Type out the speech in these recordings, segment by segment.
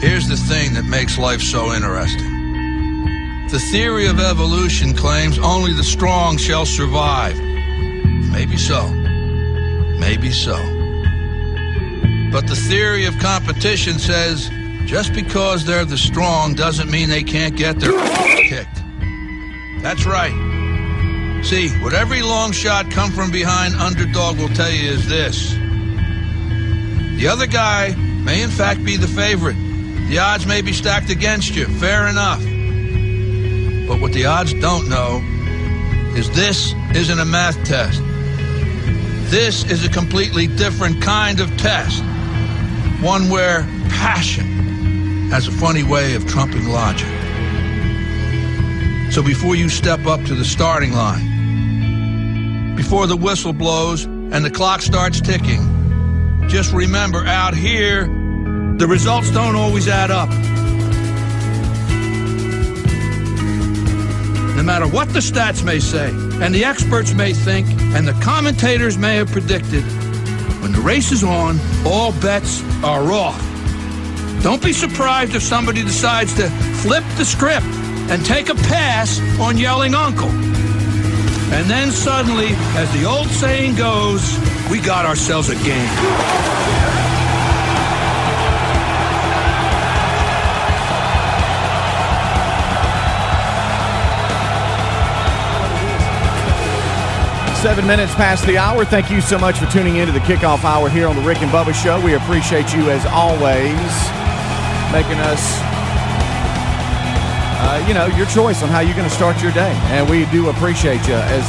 Here's the thing that makes life so interesting. The theory of evolution claims only the strong shall survive. Maybe so. Maybe so. But the theory of competition says just because they're the strong doesn't mean they can't get their ass kicked. That's right. See, what every long shot come from behind underdog will tell you is this. The other guy may in fact be the favorite. The odds may be stacked against you, fair enough. But what the odds don't know is this isn't a math test. This is a completely different kind of test. One where passion has a funny way of trumping logic. So before you step up to the starting line, before the whistle blows and the clock starts ticking, just remember out here, the results don't always add up. No matter what the stats may say, and the experts may think, and the commentators may have predicted, when the race is on, all bets are off. Don't be surprised if somebody decides to flip the script and take a pass on yelling uncle. And then suddenly, as the old saying goes, we got ourselves a game. Seven minutes past the hour. Thank you so much for tuning in to the kickoff hour here on the Rick and Bubba Show. We appreciate you as always making us, uh, you know, your choice on how you're going to start your day. And we do appreciate you as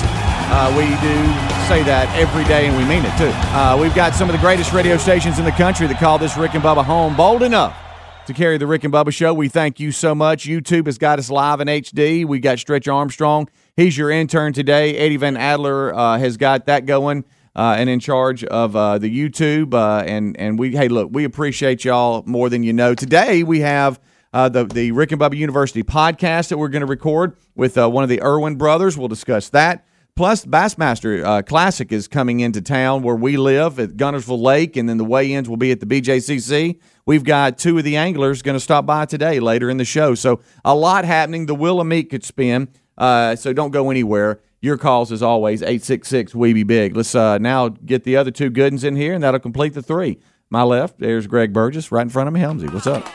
uh, we do say that every day, and we mean it too. Uh, we've got some of the greatest radio stations in the country that call this Rick and Bubba home bold enough to carry the Rick and Bubba show. We thank you so much. YouTube has got us live in HD. We got Stretch Armstrong. He's your intern today. Eddie Van Adler uh, has got that going uh, and in charge of uh, the YouTube. Uh, and and we hey look, we appreciate y'all more than you know. Today we have. Uh, the, the Rick and Bubba University podcast that we're going to record with uh, one of the Irwin brothers. We'll discuss that. Plus, Bassmaster uh, Classic is coming into town where we live at Gunnersville Lake, and then the weigh ins will be at the BJCC. We've got two of the anglers going to stop by today later in the show. So, a lot happening. The Wheel of Meat could spin, uh, so don't go anywhere. Your calls, as always, 866 Weeby Big. Let's uh, now get the other two good ones in here, and that'll complete the three. My left, there's Greg Burgess. Right in front of me, Helmsy. What's up?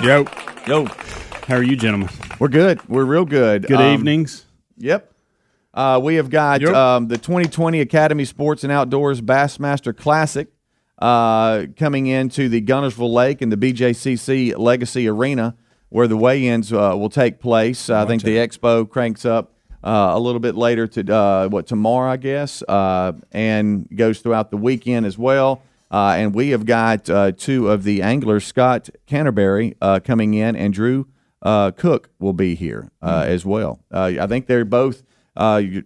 Yo. Yo. How are you, gentlemen? We're good. We're real good. Good Um, evenings. Yep. Uh, we have got Yep. um, the 2020 Academy Sports and Outdoors Bassmaster Classic uh, coming into the Gunnersville Lake and the BJCC Legacy Arena, where the weigh-ins uh, will take place. I think the expo cranks up uh, a little bit later to uh, what tomorrow, I guess, uh, and goes throughout the weekend as well. Uh, and we have got uh, two of the anglers, Scott Canterbury, uh, coming in, and Drew uh, Cook will be here uh, as well. Uh, I think they're both uh, you-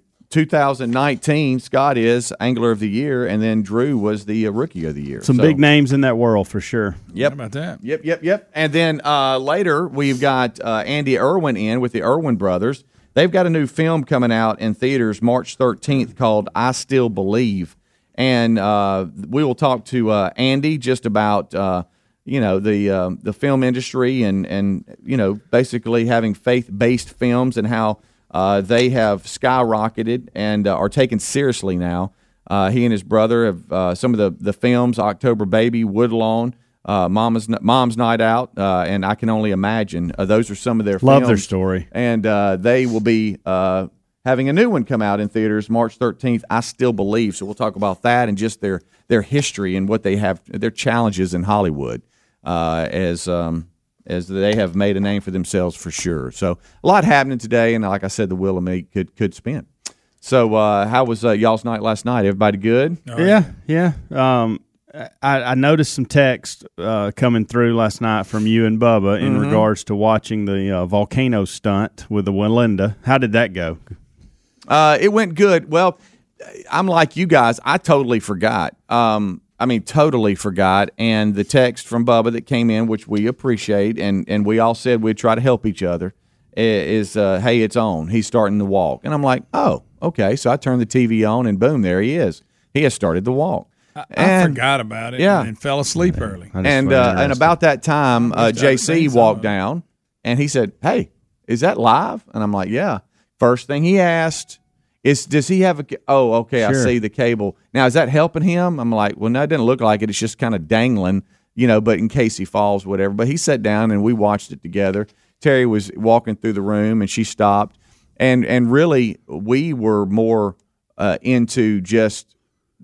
2019. Scott is angler of the year, and then Drew was the uh, rookie of the year. Some So- big names in that world for sure. Yep. How about that? Yep, yep, yep. And then uh, later, we've got uh, Andy Irwin in with the Irwin brothers. They've got a new film coming out in theaters March 13th called I Still Believe. And uh, we will talk to uh, Andy just about, uh, you know, the um the film industry and, and, you know, basically having faith based films and how uh, they have skyrocketed and uh, are taken seriously now. Uh, he and his brother have uh, some of the, the films October Baby, Woodlawn, uh, Mama's Mom's Night Out, uh, and I Can Only Imagine. Uh, those are some of their Love films. their story. and uh, they will be uh, having a new one come out in theaters March 13th. I still believe. So we'll talk about that and just their their history and what they have, their challenges in Hollywood uh, as um, as they have made a name for themselves for sure. So a lot happening today, and like I said, the will of me could could spin. So uh, how was uh, y'all's night last night? Everybody good? Oh, yeah, yeah. Um, I, I noticed some text uh, coming through last night from you and Bubba in Mm-hmm. regards to watching the uh, volcano stunt with the Walinda. How did that go? Uh, it went good. Well, I'm like you guys. I totally forgot. Um, I mean, totally forgot. And the text from Bubba that came in, which we appreciate, and and we all said we'd try to help each other, i- is uh, hey, it's on. He's starting the walk, and I'm like, oh, okay. So I turned the TV on, and boom, there he is. He has started the walk. I, I And- forgot about it. yeah. and fell asleep early. I just and find it uh, and interesting. about that time, uh, Just started saying JC something. walked down and he said, "Hey, is that live?" And I'm like, "Yeah." First thing he asked is, "Does he have a?" ca- Oh, okay, I Sure. see the cable now. Is that helping him? I'm like, "Well, no, it didn't look like it. It's just kind of dangling, you know." But in case he falls, whatever. But he sat down and we watched it together. Terry was walking through the room and she stopped, and and really we were more uh, into just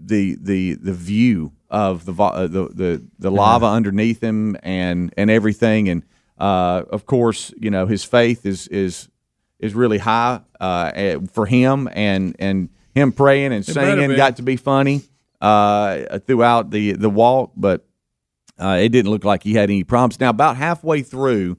the the the view of the vo- uh, the the, the lava underneath him and and everything and uh, of course you know his faith is is is really high uh, eh, for him and and him praying and better singing be. got to be funny uh, throughout the the walk but uh, it didn't look like he had any problems now about halfway through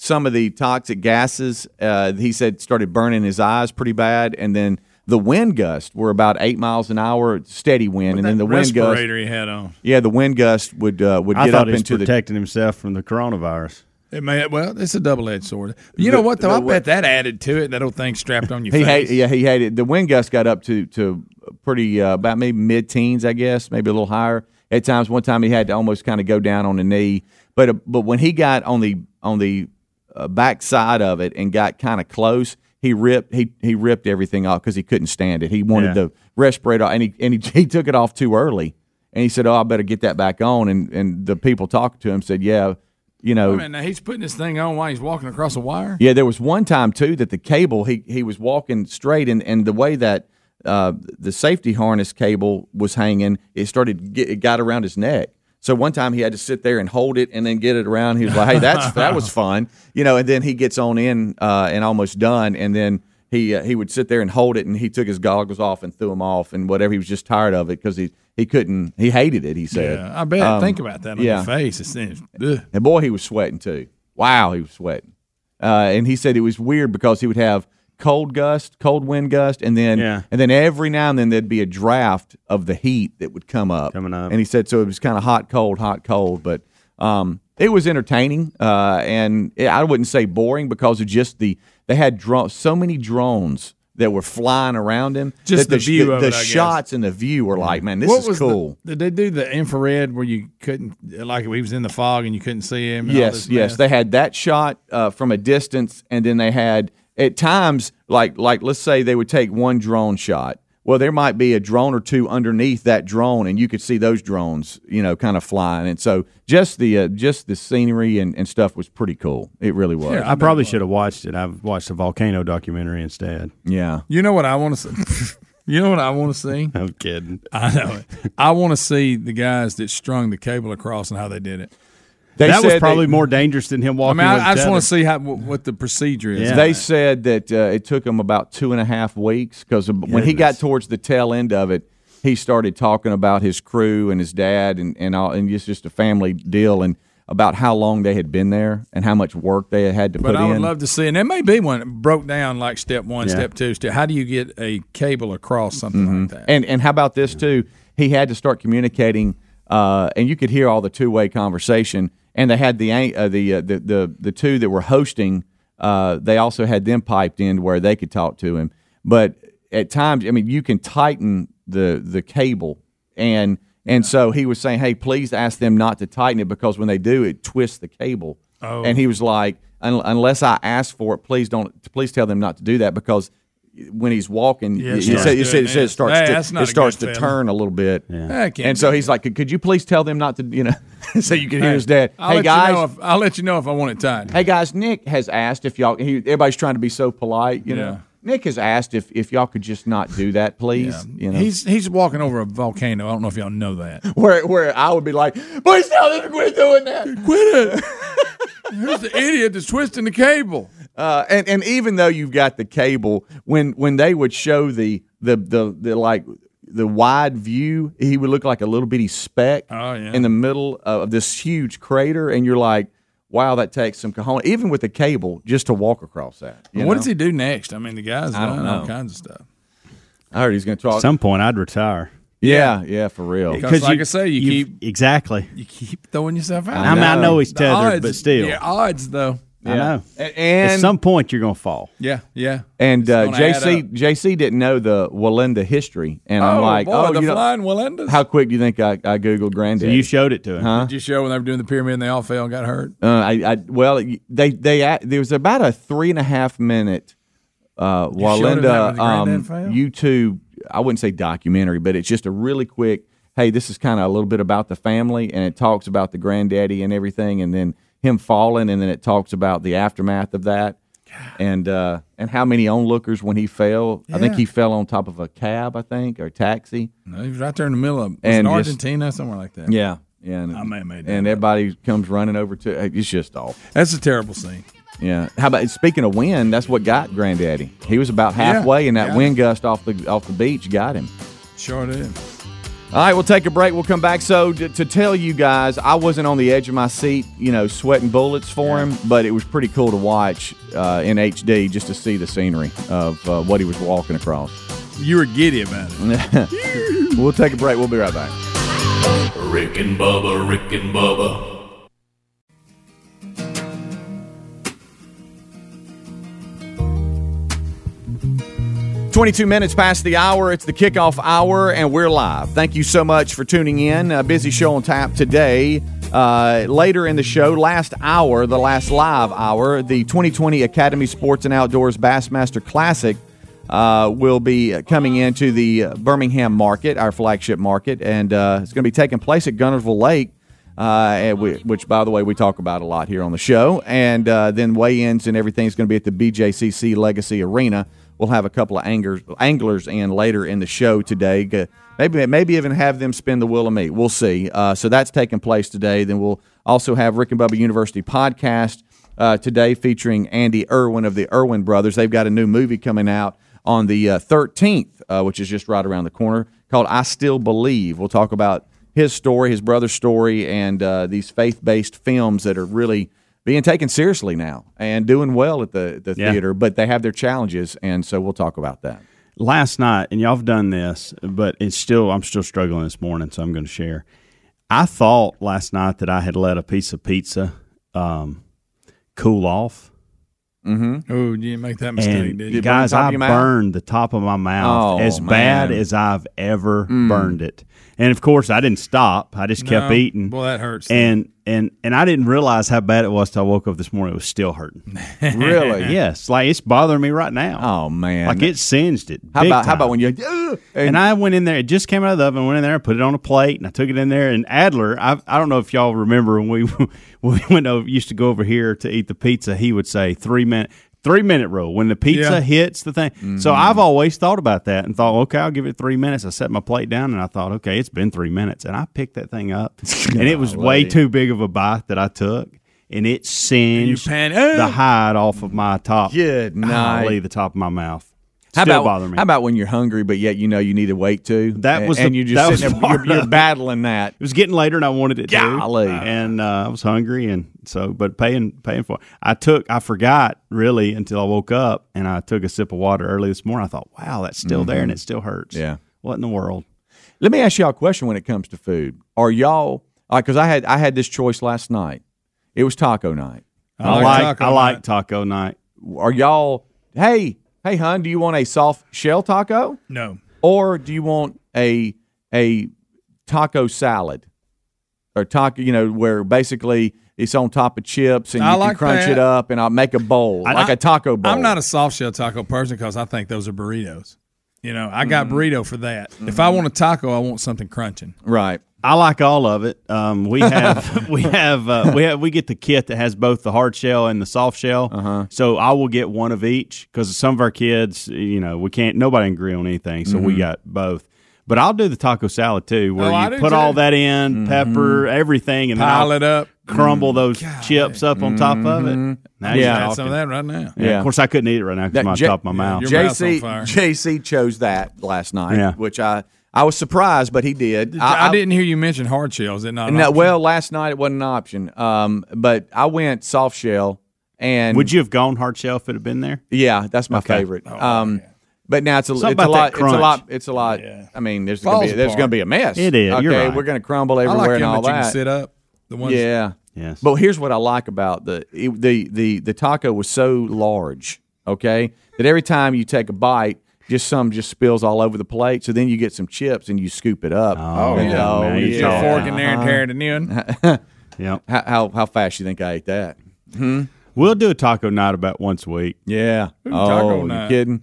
some of the toxic gases. Uh, he said started burning his eyes pretty bad, and then the wind gusts were about eight miles an hour, steady wind, and then the wind gust. respirator he had on. Yeah, the wind gust would uh, would I get thought up he was into the. protecting himself from the coronavirus. It may well, it's a double edged sword. You know what though? I bet that added to it. That old thing strapped on your He face. hate, yeah, he hated the wind gust got up to to pretty uh, about maybe mid teens, I guess, maybe a little higher at times. One time he had to almost kind of go down on the knee, but uh, but when he got on the on the uh, back side of it and got kind of close, he ripped he he ripped everything off because he couldn't stand it. He wanted Yeah. the respirator and he and he, he took it off too early, and he said, "Oh, I better get that back on." And and the people talking to him said, "Yeah, you know." I mean, now he's putting this thing on while he's walking across a wire. Yeah, there was one time too that the cable he he was walking straight, and and the way that uh, the safety harness cable was hanging, it started get, it got around his neck. So one time he had to sit there and hold it, and then get it around. He was like, "Hey, that's that was fun," you know. And then he gets on in uh, and almost done, and then. He, uh, he would sit there and hold it, and he took his goggles off and threw them off, and whatever. He was just tired of it because he, he couldn't, he hated it, he said. Um, Yeah, I bet. Think about that on yeah. your face. It's, it's ugh. And boy, he was sweating too. Wow, he was sweating. Uh, and he said it was weird because he would have cold gust, cold wind gust, and then Yeah. and then every now and then there'd be a draft of the heat that would come up. Coming up. And he said so it was kind of hot, cold, hot, cold, but um, it was entertaining uh, and it- I wouldn't say boring because of just the they had dro- so many drones that were flying around him. Just that the view the, of the it, I guess. shots and the view were like, man, this What is was the- cool. did they do the infrared where you couldn't, like he was in the fog and you couldn't see him? and all Yes, this yes. mess? They had that shot uh, from a distance, and then they had at times like like let's say they would take one drone shot. Well, there might be a drone or two underneath that drone, and you could see those drones, you know, kind of flying. And so just the uh, just the scenery and, and stuff was pretty cool. It really was. I probably should have watched it. I've watched a volcano documentary instead. yeah. You know what I want to see? you know what I want to see? I'm kidding. I know it. I want to see the guys that strung the cable across and how they did it. They that was said probably they- more dangerous than him I walking. mean, with I, I just tether. want to see how wh- what the procedure is. Yeah. They said that uh, it took him about two and a half weeks because when he got towards the tail end of it, he started talking about his crew and his dad and and all, and it's just a family deal and about how long they had been there and how much work they had had to put But I would in. love to see, and there may be one that broke down like step one, Yeah. step two, step. How do you get a cable across something like that? Mm-hmm. and and how about this too? He had to start communicating, uh, and you could hear all the two way conversation. And they had the an- uh, the, uh, the the the two that were hosting. Uh, they also had them piped in where they could talk to him. But at times, I mean, you can tighten the the cable, and and so he was saying, "Hey, please ask them not to tighten it because when they do, it twists the cable." Oh. And he was like, Un- "Unless I ask for it, please don't. Please tell them not to do that because." When he's walking, it he starts said, he said, doing he said it this. starts Hey, to, that's not it a good starts to feeling. turn a little bit. That can't And so he's like, could, could you please tell them not to, you know, so you can hear his dad. I'll hey let guys, you know if, I'll let you know if I want it tied. hey guys, Nick has asked if y'all. He, everybody's trying to be so polite, you Yeah. know. Nick has asked if if y'all could just not do that, please. You know, He's he's walking over a volcano. I don't know if y'all know that. where where I would be like, please tell them to quit doing that. Quit it. Who's the idiot that's twisting the cable? Uh, and and even though you've got the cable, when when they would show the the the, the like the wide view, he would look like a little bitty speck Oh, yeah. in the middle of this huge crater, and you're like, wow, that takes some cojones, even with the cable, just to walk across that. you what know? does he do next? I mean, the guy's I don't done all know. kinds of stuff. I heard he's going to talk. At some point, I'd retire. yeah, yeah, for real. Because like I say, you you've- exactly. You keep throwing yourself out. I, mean, I know. know he's The tethered, odds- but still, yeah, odds though. I know. A- At And some point, you're going to fall. Yeah, yeah. and It's uh, gonna add JC up. JC didn't know the Walinda history, and I'm Oh, like, boy, oh, the you know, flying Willendas. how quick do you think I, I googled granddad? So you showed it to him. did you show when they were doing the pyramid and they all fell and got hurt? Uh, I, I well, they they act- there was about a three and a half minute uh, while showed him that with Linda the Granddad um, file? YouTube. I wouldn't say documentary, but it's just a really quick. Hey, this is kind of a little bit about the family, and it talks about the granddaddy and everything, and then him falling, and then it talks about the aftermath of that, and uh, and how many onlookers when he fell. I think Yeah. he fell on top of a cab, I think, or a taxi. No, he was right there in the middle of was And it just- Argentina, somewhere like that. Yeah, yeah, and, I may have made that and up. everybody comes running over to. It's just awful. That's a terrible scene. Yeah. How about speaking of wind? That's what got Granddaddy. He was about halfway, and that yeah. wind gust off the off the beach got him. Sure did. All right, we'll take a break. We'll come back. So to, to tell you guys, I wasn't on the edge of my seat, you know, sweating bullets for him, but it was pretty cool to watch uh, in HD just to see the scenery of uh, what he was walking across. You were giddy about it. We'll take a break. We'll be right back. Rick and Bubba, Rick and Bubba. Twenty-two minutes past the hour. It's the kickoff hour, and we're live. Thank you so much for tuning in. A busy show on tap today. Uh, later in the show, last hour, the last live hour, the 2020 Academy Sports and Outdoors Bassmaster Classic uh, will be coming into the Birmingham market, our flagship market, and uh, it's going to be taking place at Gunnersville Lake. Uh, and we, which, by the way, we talk about a lot here on the show. And uh, then weigh-ins and everything is going to be at the BJCC Legacy Arena. We'll have a couple of angers, anglers in later in the show today. G- Maybe, maybe even have them spin the wheel of meat. We'll see. Uh, so that's taking place today. Then we'll also have Rick and Bubba University podcast uh, today featuring Andy Irwin of the Irwin Brothers. They've got a new movie coming out on the uh, 13th, uh, which is just right around the corner, called I Still Believe. We'll talk about his story, his brother's story, and uh, these faith based films that are really being taken seriously now and doing well at the, the Yeah. theater, but they have their challenges. And so we'll talk about that. last night, and y'all have done this, but it's still I'm still struggling this morning, so I'm going to share. I thought last night that I had let a piece of pizza um, cool off, Oh, you didn't make that mistake, and did you you? guys, I burn the top of your mouth? burned the top of my mouth Oh, as bad man. Mm. as I've ever burned it. And of course, I didn't stop. I just kept No. eating. Boy, that hurts. And and and I didn't realize how bad it was till I woke up this morning. It was still hurting. Really? yes, like it's bothering me right now. Oh, man. like it singed it. how big about how time. about when you "Ugh," and, And I went in there. It just came out of the oven. Went in there and put it on a plate, and I took it in there. And Adler, I, I don't know if y'all remember when we when we went over, used to go over here to eat the pizza. He would say three minute three minute rule when the pizza Yeah. hits the thing. So Mm-hmm. I've always thought about that and thought, okay, I'll give it three minutes. I set my plate down and I thought, okay, it's been three minutes, and I picked that thing up, and it was way too big of a bite that I took, and it singed pan- the Ah! hide off of my top. oh! Good night. Golly, the top of my mouth. how Still about bother me. how about when you're hungry, but yet you know you need to wait too. That was and, the- you just that sitting was there, part you're, you're of it. battling that. It was getting later, and I wanted it Golly. to. And uh, I was hungry, and so but paying paying for. It. I took I forgot really until I woke up, and I took a sip of water early this morning. I thought, wow, that's still there, and it still hurts. Mm-hmm. Yeah. what in the world? Let me ask y'all a question when it comes to food. Are y'all because I had I had this choice last night. It was taco night. I, like like taco I night. like taco night. Are y'all hey hey hun? Do you want a soft shell taco no. or do you want a a taco salad or taco? You know where basically it's on top of chips and I you can like crunch that. it up and I'll make a bowl I- like I- a taco bowl. I'm not a soft shell taco person because I think those are burritos. You know, I got burrito for that. If I want a taco, I want something crunching. right. I like all of it. Um, we have we have uh, we have we get the kit that has both the hard shell and the soft shell. Uh-huh. So I will get one of each because some of our kids, you know, we can't nobody can agree on anything, so we got both. But I'll do the taco salad too, where Mm-hmm. Oh, I you do put all too. Mm-hmm. that in, pepper, everything, and Pile then it I'll up. Mm, Mm-hmm. crumble those chips up on top of it. Now you're Yeah. Add talking. some of that right now. Yeah, Yeah. Of course, I couldn't eat it right now That because my J- top of my mouth. you're- Your mouth's JC on fire. JC chose that last night, Yeah. which I I was surprised, but he did. I, I didn't hear you mention hard shells. Is it not? an No, option? well, last night it wasn't an option. Um, but I went soft shell, and Would you have gone hard shell if it had been there? Yeah, that's my Okay. favorite. Oh, um, but now it's a, it's Something a about that lot. It's a crunch. lot. It's a lot. I mean, there's gonna Falls be there's apart. gonna be a mess. It is, Okay, you're right. we're gonna crumble I everywhere like and them all that, you can that. sit up. The ones yeah. Yes. But here's what I like about the it, the the the taco was so large, okay, that every time you take a bite, just some just spills all over the plate. So then you get some chips and you scoop it up. Oh, And, yeah, oh, man, you yeah. Put a Yeah. Uh-huh. fork in there and tear it in. end. Yep. How, how how fast you think I ate that? Hmm? We'll do a taco night about once a week. Yeah. taco oh, you night. kidding?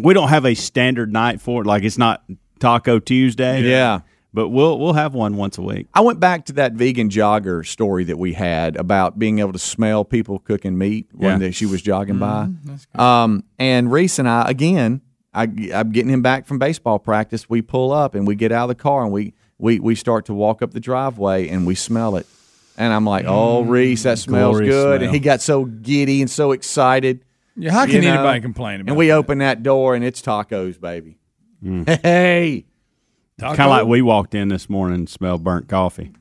We don't have a standard night for it. Like it's not Taco Tuesday. Yeah. But we'll we'll have one once a week. I went back to that vegan jogger story that we had about being able to smell people cooking meat when Yeah. that she was jogging by. Um, and Reese and I, again, I, I'm getting him back from baseball practice. We pull up and we get out of the car and we, we, we start to walk up the driveway and we smell it. And I'm like, Mm, oh, Reese, that smells Glorious good. smell. And he got so giddy and so excited. Yeah, how You can know? anybody complain about And we open that door and it's tacos, baby. Hey. Kind Kind of Hmm. like we walked in this morning and smelled burnt coffee.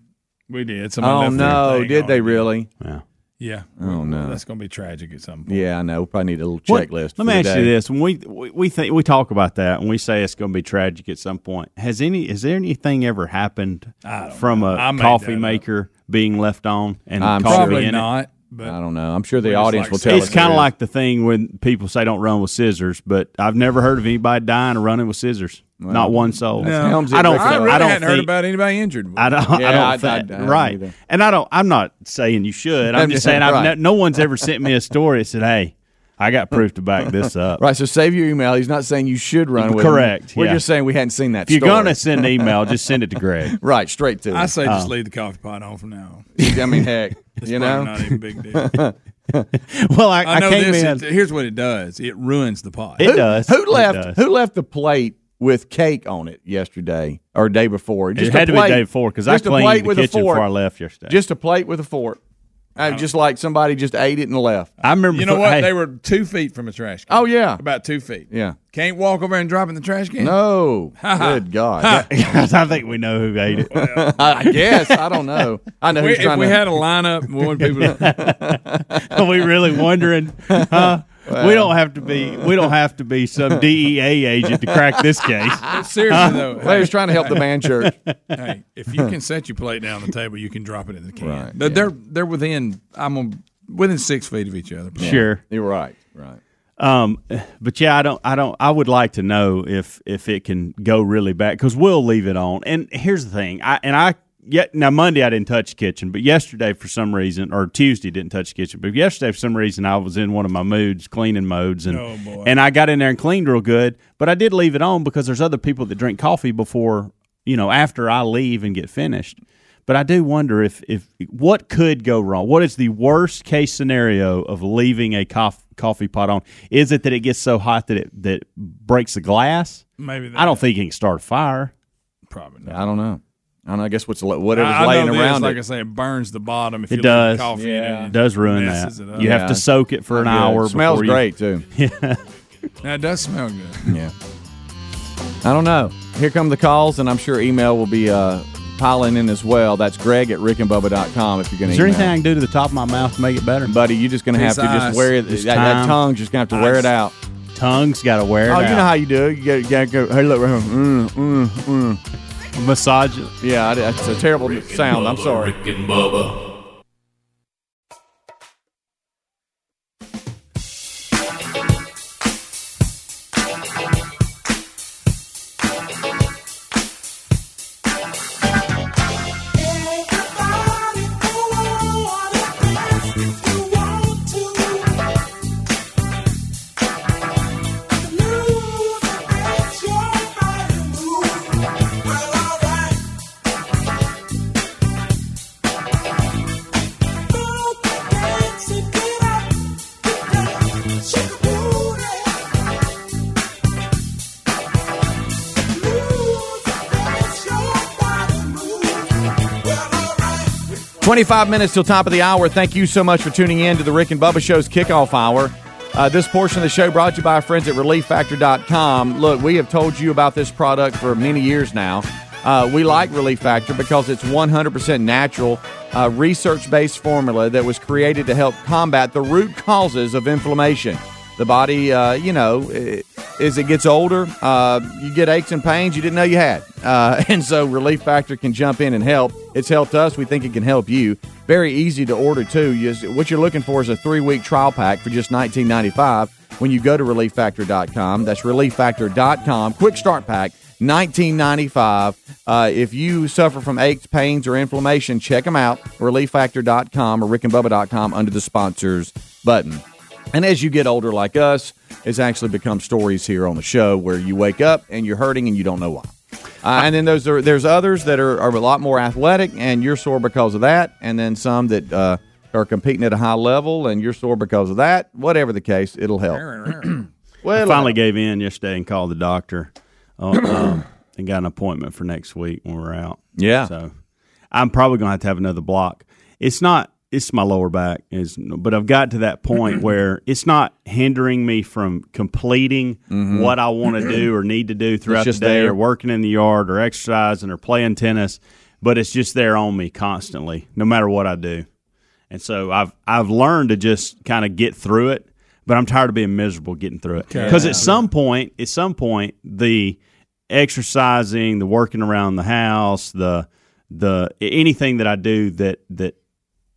we did. Somebody Oh, left their no. thing Did on they it. really? Yeah. Yeah. Oh, no. That's going to be tragic at some point. Yeah, I know. We'll probably need a little What- checklist. for Let me the ask you day. this: when we, we we think we talk about that, and we say it's going to be tragic at some point, has any is there anything ever happened from know. I a made that coffee up. maker being left on and I'm coffee sure. Probably in it? not. I But don't know. I'm sure the We're just audience like will tell saying- us. It's kind of there is. like the thing when people say don't run with scissors, but I've never heard of anybody dying or running with scissors. not one soul. Helms I don't. Ingram. think- I really I don't hadn't think. heard about anybody injured. I don't. Yeah, I don't I- think. I- I haven't right. either. And I don't. I'm not saying you should. I'm I'm just just- saying. I've right. no, no one's ever sent me a story that said, "Hey, I got proof to back this up." Right, so save your email. He's not saying you should run with Correct, him. We're yeah. just saying we hadn't seen that If you're story. gonna Oh. send an email, just send it to Greg. Right, straight to I him. say just leave the coffee pot on from now on. I mean, heck, It's you probably know? not even a big deal. Well, I, I, I know came this. in. it- here's what it does. It ruins the pot. It does. Who It does. left Who left the plate with cake on it yesterday or day before? It Just had a to plate, be day four because I just a plate cleaned the with a kitchen before I fork. left yesterday. Just a plate with a fork. Uh, just like somebody just ate it and left. I remember. you know what? hey, They were two feet from a trash can. Oh, yeah. About two feet. Yeah. Can't walk over and drop in the trash can. No. Good God. I think we know who ate it. I guess. I don't know. I know We, who's if trying we to. had a lineup, we would people. Are we really wondering? huh? we don't have to be. We don't have to be some DEA agent to crack this case. Seriously though, Well, he hey, was trying to help the man church. hey, if you can set your plate down on the table, you can drop it in the can. Right, But They're they're within I'm on, within six feet of each other. Sure. You're right. Right. Um, but yeah, I don't, I don't, I would like to know if if it can go really back because we'll leave it on. And here's the thing, I and I yet now Monday I didn't touch the kitchen, but yesterday for some reason or Tuesday didn't touch the kitchen, but yesterday for some reason I was in one of my moods, cleaning modes, and Oh, boy. and I got in there and cleaned real good, but I did leave it on because there's other people that drink coffee before you know after I leave and get finished. But I do wonder if if what could go wrong. What is the worst case scenario of leaving a cof- coffee pot on? Is it that it gets so hot that it that breaks the glass? Maybe that, I don't think it can start a fire. probably not. I don't know. I don't know. I guess what's li- whatever's I, I laying know this, around like I it. say, it burns the bottom. If It you leave does. The coffee in Yeah. it, It does ruin messes that. it up. You have Yeah. to soak it for an hour. It smells before you- great too. Now, it does smell good. Yeah. I don't know. Here come the calls, and I'm sure email will be uh, piling in as well. That's Greg at rickandbubba.com if you're going to. Is there anything I can do to the top of my mouth to make it better? buddy? You're just going to have It's to just ice. wear it. That, It's that time. tongue's just going to have to wear it out. Tongue's got to wear. Oh, it you out. know how you do. it. You gotta, gotta go. Hey, look, right here. Mm, mm, mm. massage it. yeah, I- that's a terrible Rick and sound. I'm Bubba, sorry. Rick and Bubba. Well, alright. 25 minutes till top of the hour. Thank you so much for tuning in to the Rick and Bubba Show's kickoff hour. Uh, this portion of the show brought to you by our friends at ReliefFactor.com. Look, we have told you about this product for many years now. Uh, we like Relief Factor because it's 100% natural, uh, research based formula that was created to help combat the root causes of inflammation. The body, uh, you know, it, as it gets older, uh, you get aches and pains you didn't know you had. Uh, and so Relief Factor can jump in and help. It's helped us. We think it can help you. Very easy to order, too. You just- what you're looking for is a three week trial pack for just $19.95 when you go to relieffactor.com. That's relieffactor.com. Quick start pack. 1995. Uh, if you suffer from aches, pains, or inflammation, check them out. ReliefFactor.com or RickandBubba.com under the sponsors button. And as you get older, like us, it's actually become stories here on the show where you wake up and you're hurting and you don't know why. Uh, and then those are, there's others that are, are a lot more athletic and you're sore because of that. And then some that uh, are competing at a high level and you're sore because of that. Whatever the case, it'll help. I Well, uh, finally gave in yesterday and called the doctor uh, um, and got an appointment for next week when we're out. Yeah. So I'm probably going to have to have another block. It's not, it's my lower back, is, but I've got to that point where it's not hindering me from completing what I want to do or need to do throughout the Mm-hmm. just day there. or working in the yard or exercising or playing tennis, but it's just there on me constantly, no matter what I do. And so I've I've learned to just kind of get through it, but I'm tired of being miserable getting through it. Because at some point, at some point, the exercising, the working around the house, the the anything that I do that that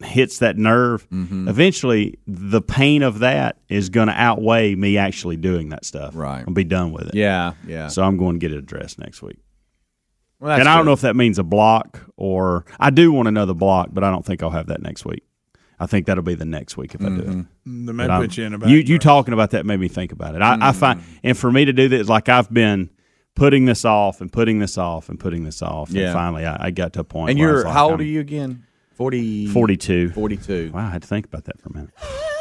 hits that nerve, Mm-hmm. eventually the pain of that is going to outweigh me actually doing that stuff. Right. and be done with it. yeah, yeah. So I'm going to get it addressed next week. Well, that's and I don't good. know if that means a block or I do want another block, but I don't think I'll have that next week. I think that'll be the next week if I do it. Mm-hmm. They But may I'm- put you in a back you you talking about that made me think about it. I, I find and for me to do this, like I've been putting this off and putting this off and putting this off, Yeah. and finally I, I got to a point. And where I was you're, like, how old I'm are you again? 40, 42. 42. Wow, I had to think about that for a minute.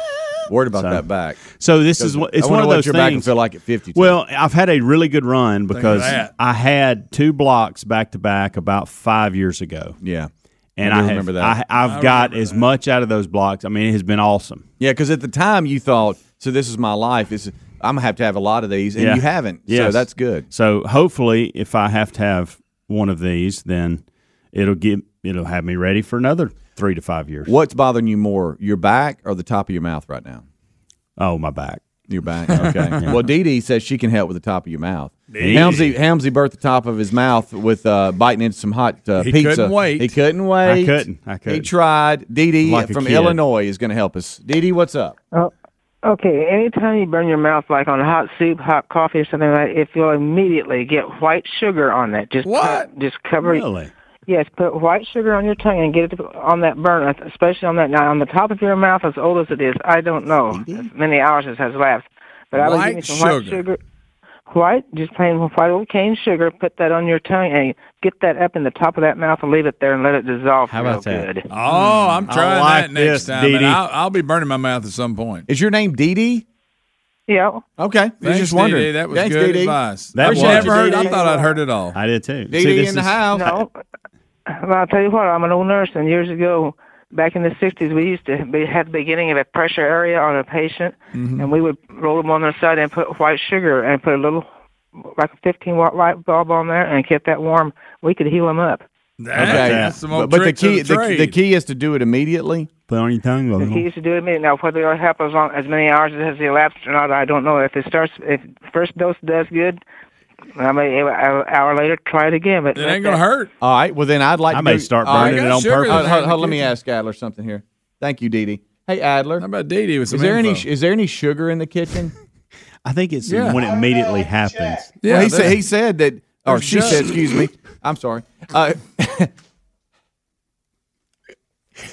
Worried about So- that back. So this is what it's I one wonder of what those your back will things. feel like at 52. Well, I've had a really good run because that. I had two blocks back to back about five years ago. yeah. and I I, do have, remember that. I, I've got as much out of those blocks. I mean, it has been awesome. Yeah, because at the time you thought, so this is my life. This is, I'm gonna have to have a lot of these, and Yeah. you haven't. So Yes. that's good. So hopefully, if I have to have one of these, then it'll get it'll have me ready for another three to five years. What's bothering you more, your back or the top of your mouth right now? Oh, my back. Your back. Okay. Well, Dee Dee says she can help with the top of your mouth. Helmsy, Helmsy burnt the top of his mouth with uh, biting into some hot uh, He pizza. couldn't wait. He couldn't wait. I couldn't. I He couldn't. tried. Dee Dee Like a from kid. Illinois is going to help us. Dee Dee, what's up? Oh, okay. Anytime you burn your mouth, like on hot soup, hot coffee, or something like that, if you'll immediately get white sugar on that, just What? co- just cover. Really? Yes, put white sugar on your tongue and get it to- on that burn, especially on that now on the top of your mouth, as old as it is. I don't know as many hours as has lapsed, but I would give Mm-hmm. White you some white sugar. sugar. White, just plain white old cane sugar. Put that on your tongue and get that up in the top of that mouth and leave it there and let it dissolve. How real about that? Good. Mm. Oh, I'm trying like that next this, time. Dee And Dee. I'll, I'll be burning my mouth at some point. Is your name Dee Dee? Yeah. Okay. I was Thanks, just wondering. Dee Dee. That was Thanks, good Dee Dee. advice. That I've was- never heard. Dee I Dee. thought I'd heard it all. I did too. Dee See, Dee this in the is- house. No, well, I'll tell you what. I'm an old nurse, and years ago, back in the '60s, we used to be, have the beginning of a pressure area on a patient, Mm-hmm. and we would roll them on their side and put white sugar and put a little, like a 15 watt light bulb on there, and kept that warm. We could heal them up. That- Okay. That's some old but, but the tricks of key, the the, trade. the key is to do it immediately. Put on your tongue. He Mm-hmm. used to do it immediately. Now, whether it happens on as many hours as has elapsed or not, I don't know. If it starts, if first dose does good, I may an hour later try it again. But It ain't gonna hurt. All right. Well, then I'd like I to may do- start all right. burning it on sugar. purpose. Hold, hold- in hold, the let me kitchen. ask Adler something here. Thank you, Dee Dee. Hey, Adler. How about Dee Dee with some Is there any info? is there any sugar in the kitchen? I think it's Yeah. when it immediately happens. Yeah, well, he said there- he said that, or she none. said, excuse me. I'm sorry. Uh,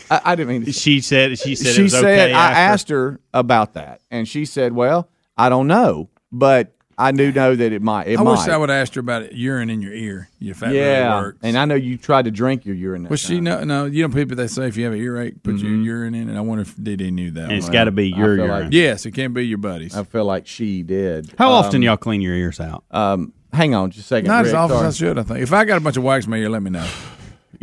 I, I didn't mean. To, She said. She said. it she was said okay I after. asked her about that, and she said, "Well, I don't know, but I do know that it might. It I might. wish I would have asked her about it, urine in your ear. Your fat yeah, really works. and I know you tried to drink your urine. that well, she time. no, no. You know, people they say if you have an earache, put your urine in. And I wonder if Dee Dee knew that. And it's one. got to be your Mm-hmm. feel urine. like- Yes, it can't be your buddies. I feel like she did. How Uh, often y'all clean your ears out? um, hang on, just a second. Not Rick, as often sorry. as I should. I think if I got a bunch of wax in my ear, let me know.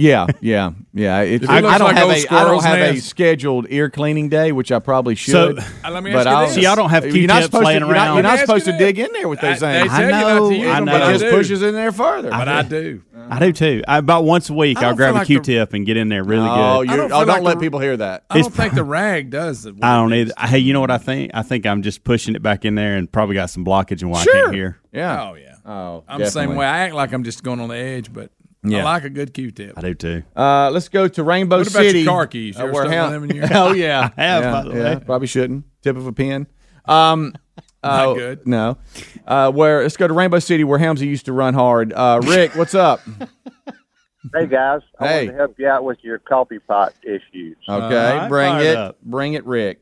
Yeah, yeah, yeah. It, If it I, I looks don't like have old a I don't squirrel's have a nest. scheduled ear cleaning day, which I probably So- should. Uh, let me but ask you I'll- this. See, I don't have You're not Q-tips supposed to- laying you're not- around. You're Let me not ask supposed you to this. dig in there with I- those things. They tell I you not know, to use I them, know. but I It just do. pushes in there further. But I do. I do too. I, about once a week, I don't I'll grab feel a like the- Q-tip and get in there really oh, good. you're, oh, don't feel don't like let the- people hear that. I don't It's think the rag does. The I don't either. Hey, you know what I think? I think I'm just pushing it back in there and probably got some blockage and why I Sure. can't hear. Yeah. Oh yeah. Oh, I'm the same definitely. way. I act like I'm just going on the edge, but I Yeah. like a good Q-tip. I do too. Uh, let's go to Rainbow What about your City. car keys? You uh, ever where stuck Hel- them in your- oh yeah, I have, yeah, by the yeah, way. probably shouldn't. Tip of a pen. Um, uh, good. No. Uh, where let's go to Rainbow City, where Helmsy used to run hard. Uh, Rick, what's up? Hey guys, I Hey. wanted to help you out with your coffee pot issues. Okay, Uh, right, bring fired it, up. bring it, Rick.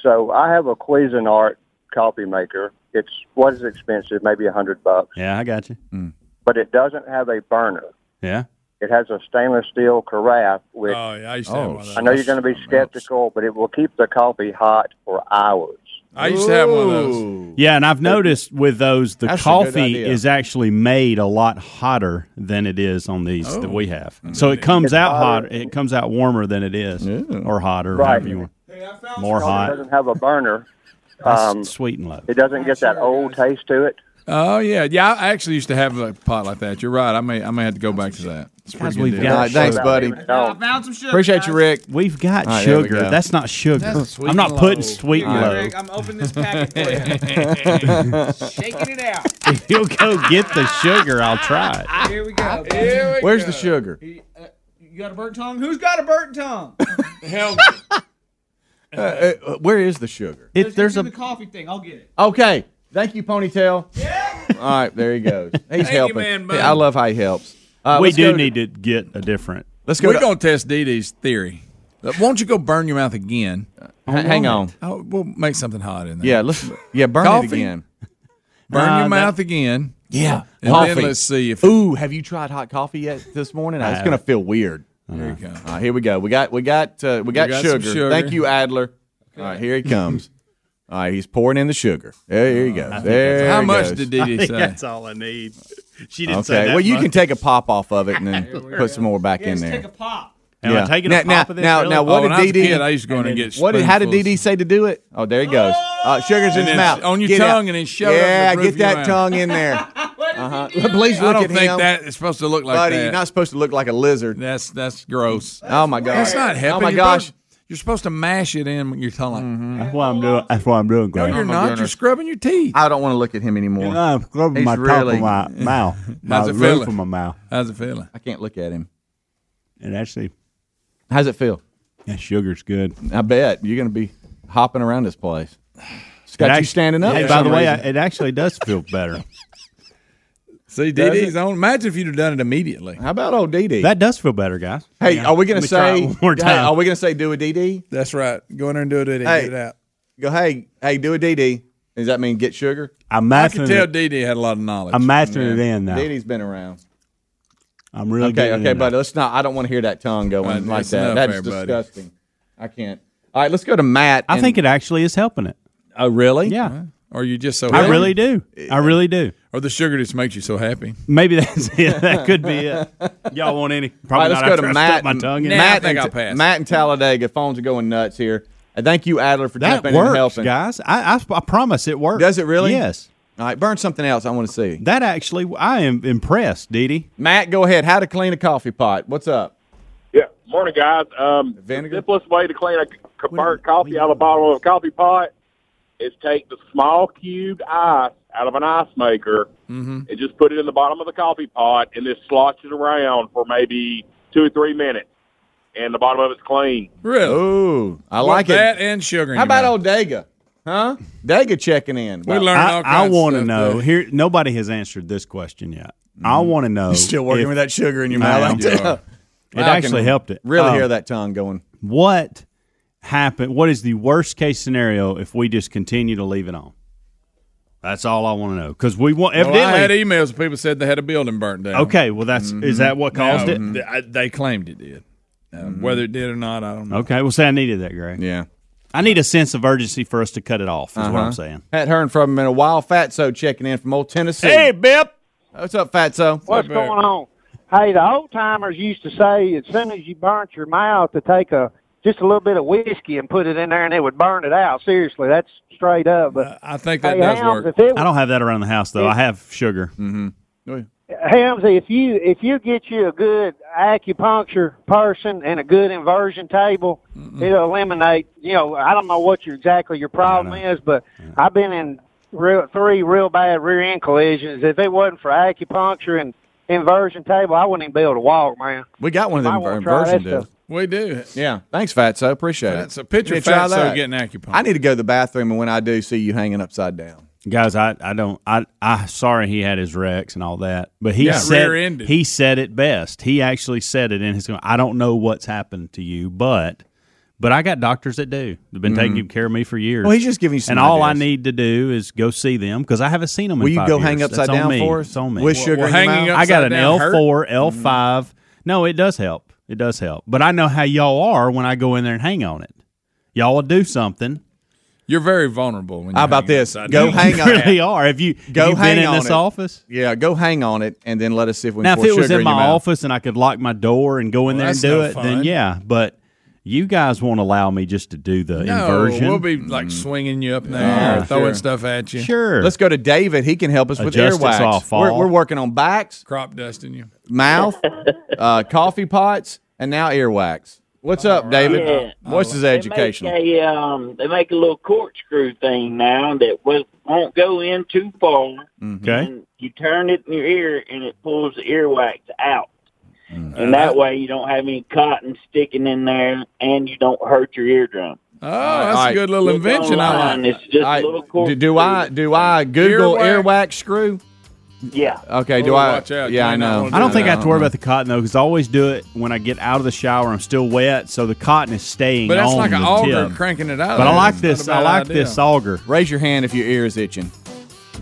So I have a Cuisinart coffee maker. It's what is expensive, maybe a hundred bucks, Yeah, I got you. but it doesn't have a burner. Yeah. It has a stainless steel carafe, which Oh yeah, I used to have Oh, one of those. I know you're going to be skeptical, but it will keep the coffee hot for hours. I used to have one of those. Yeah, and I've noticed with those, the That's a good coffee idea. is actually made a lot hotter than it is on these that we have. So it comes out hot. It comes out warmer than it is, or hotter, Right. however you want. More It hot, doesn't have a burner. Um, That's sweet and low. it doesn't get that old taste to it. Oh yeah, yeah. I actually used to have a pot like that. You're right. I may I may have to go back to that. It's a Guys, pretty good we've deal. got- All right, thanks, About buddy. leaving it on. Found some sugar. Appreciate you, Rick. We've got right, there we sugar. go. That's not sugar. sweet I'm not and putting low. sweet and low. Greg, I'm opening this packet for you. Shaking it out. If you'll go get the sugar, I'll try it. Here we ah, go. Where's the sugar? You got a burnt tongue? Who's got a burnt tongue? Uh, uh, where is the sugar? If there's the a coffee thing. I'll get it. Okay, thank you, ponytail. Yeah. All right, there he goes. He's helping. man, bud. I love how he helps. Uh, we let's do go to- need to get a different. Let's go. We're To, gonna test Dee Dee's theory. Uh, Won't you go burn your mouth again? h- hang on. Oh, we'll make something hot in there. Yeah, let's. Yeah, burn Coffee. it again. Uh, burn Nah, your that- mouth again, Yeah, and coffee. then let's see if Ooh, have you tried hot coffee yet this morning? it's gonna feel weird. Uh-huh. there you go. All right, here we go. We got we got uh, we got, got some sugar. sugar. Thank you, Adler. All right, here he comes. All right, he's pouring in the sugar. There, here he goes. There How he much goes. did Dee Dee say? all I need. She didn't Okay, well, you can take a pop off of it and then put some more back Yeah, in just there. take a pop. Am Yeah. I taking a Now- pop now- of this? now- really? now, what oh, when did I was a Dee Dee- kid, I used to go in and get What did, how did spoonfuls. DD say to do it? Oh, there he goes. Uh, sugar's in his And mouth. it's on your Get tongue out. and then shove it up Yeah, the roof get of your that mouth. tongue in there. Uh-huh. Please I look don't at think him. that is supposed to look like Buddy, that. you're not supposed to look like a lizard. that's that's gross. Oh my god. That's not Oh helping. my You're gosh. Mm-hmm. supposed- You're supposed to mash it in with your tongue. That's what I'm doing. That's what I'm doing, No, Greg. you're not. You're scrubbing your teeth. Oh, I don't want to look at him anymore. I'm scrubbing my He's really- top of my mouth, my How's it roof feeling? of my mouth. How's it feeling? I can't look at him. And actually, How's it feel? that sugar's good. I bet you're going to be hopping around this place. It's It got you act- standing up. Hey, for by some the way, I, reason. it actually does feel better. See, Dee Dee's on. Imagine if you'd have done it immediately. how about old DD? that does feel better, guys. hey, are we going Let to me try say? Oh, it one more hey, time. are we going to say do a DD? That's right. Go in there and do it. Dee Dee. Hey. Get it out. Go, hey, hey, do a DD. Does that mean get sugar? I'm I mastering. could tell it. Dee Dee had a lot of knowledge. I'm mastering it in now. DD's been around. I'm really Okay, getting okay, in there. buddy. Let's not. I don't want to hear that tongue going Right, like that's that. Uh, enough That's there, buddy. disgusting. I can't. All right, let's go to Matt. I and- think it actually is helping it. Oh, really? Yeah, Or you just so I happy. really do. I really do. Or the sugar just makes you so happy. Maybe that's it. That could be it. Y'all want any? All right, Probably let's not go after to I Matt. stuck my and- tongue in. it. Nah, I Matt, think I'll and, pass. Matt and Talladega. Phones are going nuts here. And thank you, Adler, for That jumping in and works, helping. guys. I, I I promise it works. Does it really? Yes. All right, burn something else. I want to see. That actually, I am impressed, Dee Dee. Matt, go ahead. How to clean a coffee pot? What's up? Yeah, morning, guys. Um, Vinegar? The simplest way to clean a c- burnt coffee out of the bottom of a coffee pot is take the small cubed ice out of an ice maker Mm-hmm. and just put it in the bottom of the coffee pot and just slotch it around for maybe two or three minutes, and the bottom of it's clean. Really? Ooh, I Put like that it. and sugar. in How your about mouth. old Daga? Huh? Daga checking in. We Wow. learned I, all kinds of want to stuff Mm-hmm. know today. here. Nobody has answered this question yet. I want to know. if that sugar in your I am. that. It actually helped it. Really Um, hear that tongue going. What happened? What is the worst case scenario if we just continue to leave it on? That's all I want to know because we want Well, I had evidently. emails. Where people said they had a building burnt down. Mm-hmm. okay, well that's is that what No, caused it? Mm-hmm. th- I- they claimed it did. Uh, Whether it did or not, I don't know. Okay, well say I needed that, Greg. Yeah. I need a sense of urgency for us to cut it off. Is what Uh-huh. I'm saying. Hadn't heard Uh-huh. from him in a while. Fatso checking in from old Tennessee. Bip. What's up, Fatso? What's going on? Hey, the old timers used to say as soon as you burnt your mouth to take a just a little bit of whiskey and put it in there and it would burn it out. Seriously, that's straight up. But I think that does work. If it I don't have that around the house though. I have sugar. Mm-hmm. Hamsy, if you if you get you a good acupuncture person and a good inversion table, it'll eliminate. You know, I don't know what your exactly your problem is, but I've been in real, three real bad rear end collisions. If it wasn't for acupuncture and inversion table, I wouldn't even be able to walk, man. We got one of them Might wanna try version that deals. stuff. We do. Yeah. Thanks, Fatso. Appreciate it. Fatso, picture Need to try Fatso that. getting acupuncture. I need to go to the bathroom, and when I do, see you hanging upside down. Guys, I, I don't I I sorry he had his wrecks and all that, but he Yeah, said rear-ended. he said it best. He actually said it in his. I don't know what's happened to you, but but I got doctors that do. They've been taking care of me for years. Mm-hmm. Well, he's just giving you some And all I ideas. need to do is go see them because I haven't seen them. Will in you five go years. hang That's upside on down me. for us? It's on me. With Well, sugar well, in your hanging mouth? I got an upside down L hurt? Mm-hmm. four, L five. No, it does help. It does help. But I know how y'all are when I go in there and hang on it. Y'all will do something. You're very vulnerable. When How about this? Go hang on. You really are. Have you go have you hang been in on this it. office? Yeah, go hang on it, and then let us see if we Now, can if pour it was sugar in my your mouth. office and I could lock my door and go in Well, there and that's do no it, fun. then yeah. But you guys won't allow me just to do the inversion. Mm. We'll be like swinging you up in the Yeah, air, throwing sure. stuff at you. Sure. Let's go to David. He can help us with Adjust us earwax. all fall. We're, we're working on backs, Crop dusting you. mouth, uh, coffee pots, and now earwax. What's up, David? Yeah. What's his education? They make a, um, they make a little corkscrew thing now that will, won't go in too far. Mm-hmm. Okay. You turn it in your ear, and it pulls the earwax out. Mm-hmm. And that way, you don't have any cotton sticking in there, and you don't hurt your eardrum. Oh, that's a good little invention. I like. It's just All a little right. do, do I do I Google Earwax? earwax, screw? Yeah. Okay. Do Oh, I? watch out. You Yeah, I may not know. I don't think I have to worry about the cotton though, because I always do it when I get out of the shower. I'm still wet, so the cotton is staying. But that's on like the an auger tip. cranking it out. But I there. like It's this. not I a bad like idea. this auger. Raise your hand if your ear is itching.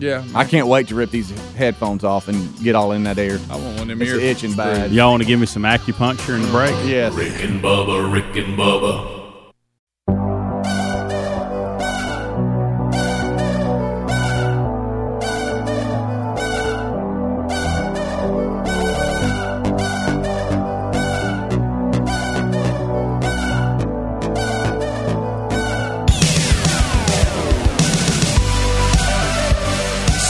Yeah. I can't wait to rip these headphones off and get all in that air. I want one of them it's ear- itching bad. Y'all want to give me some acupuncture and break? Yes. Rick and Bubba, Rick and Bubba.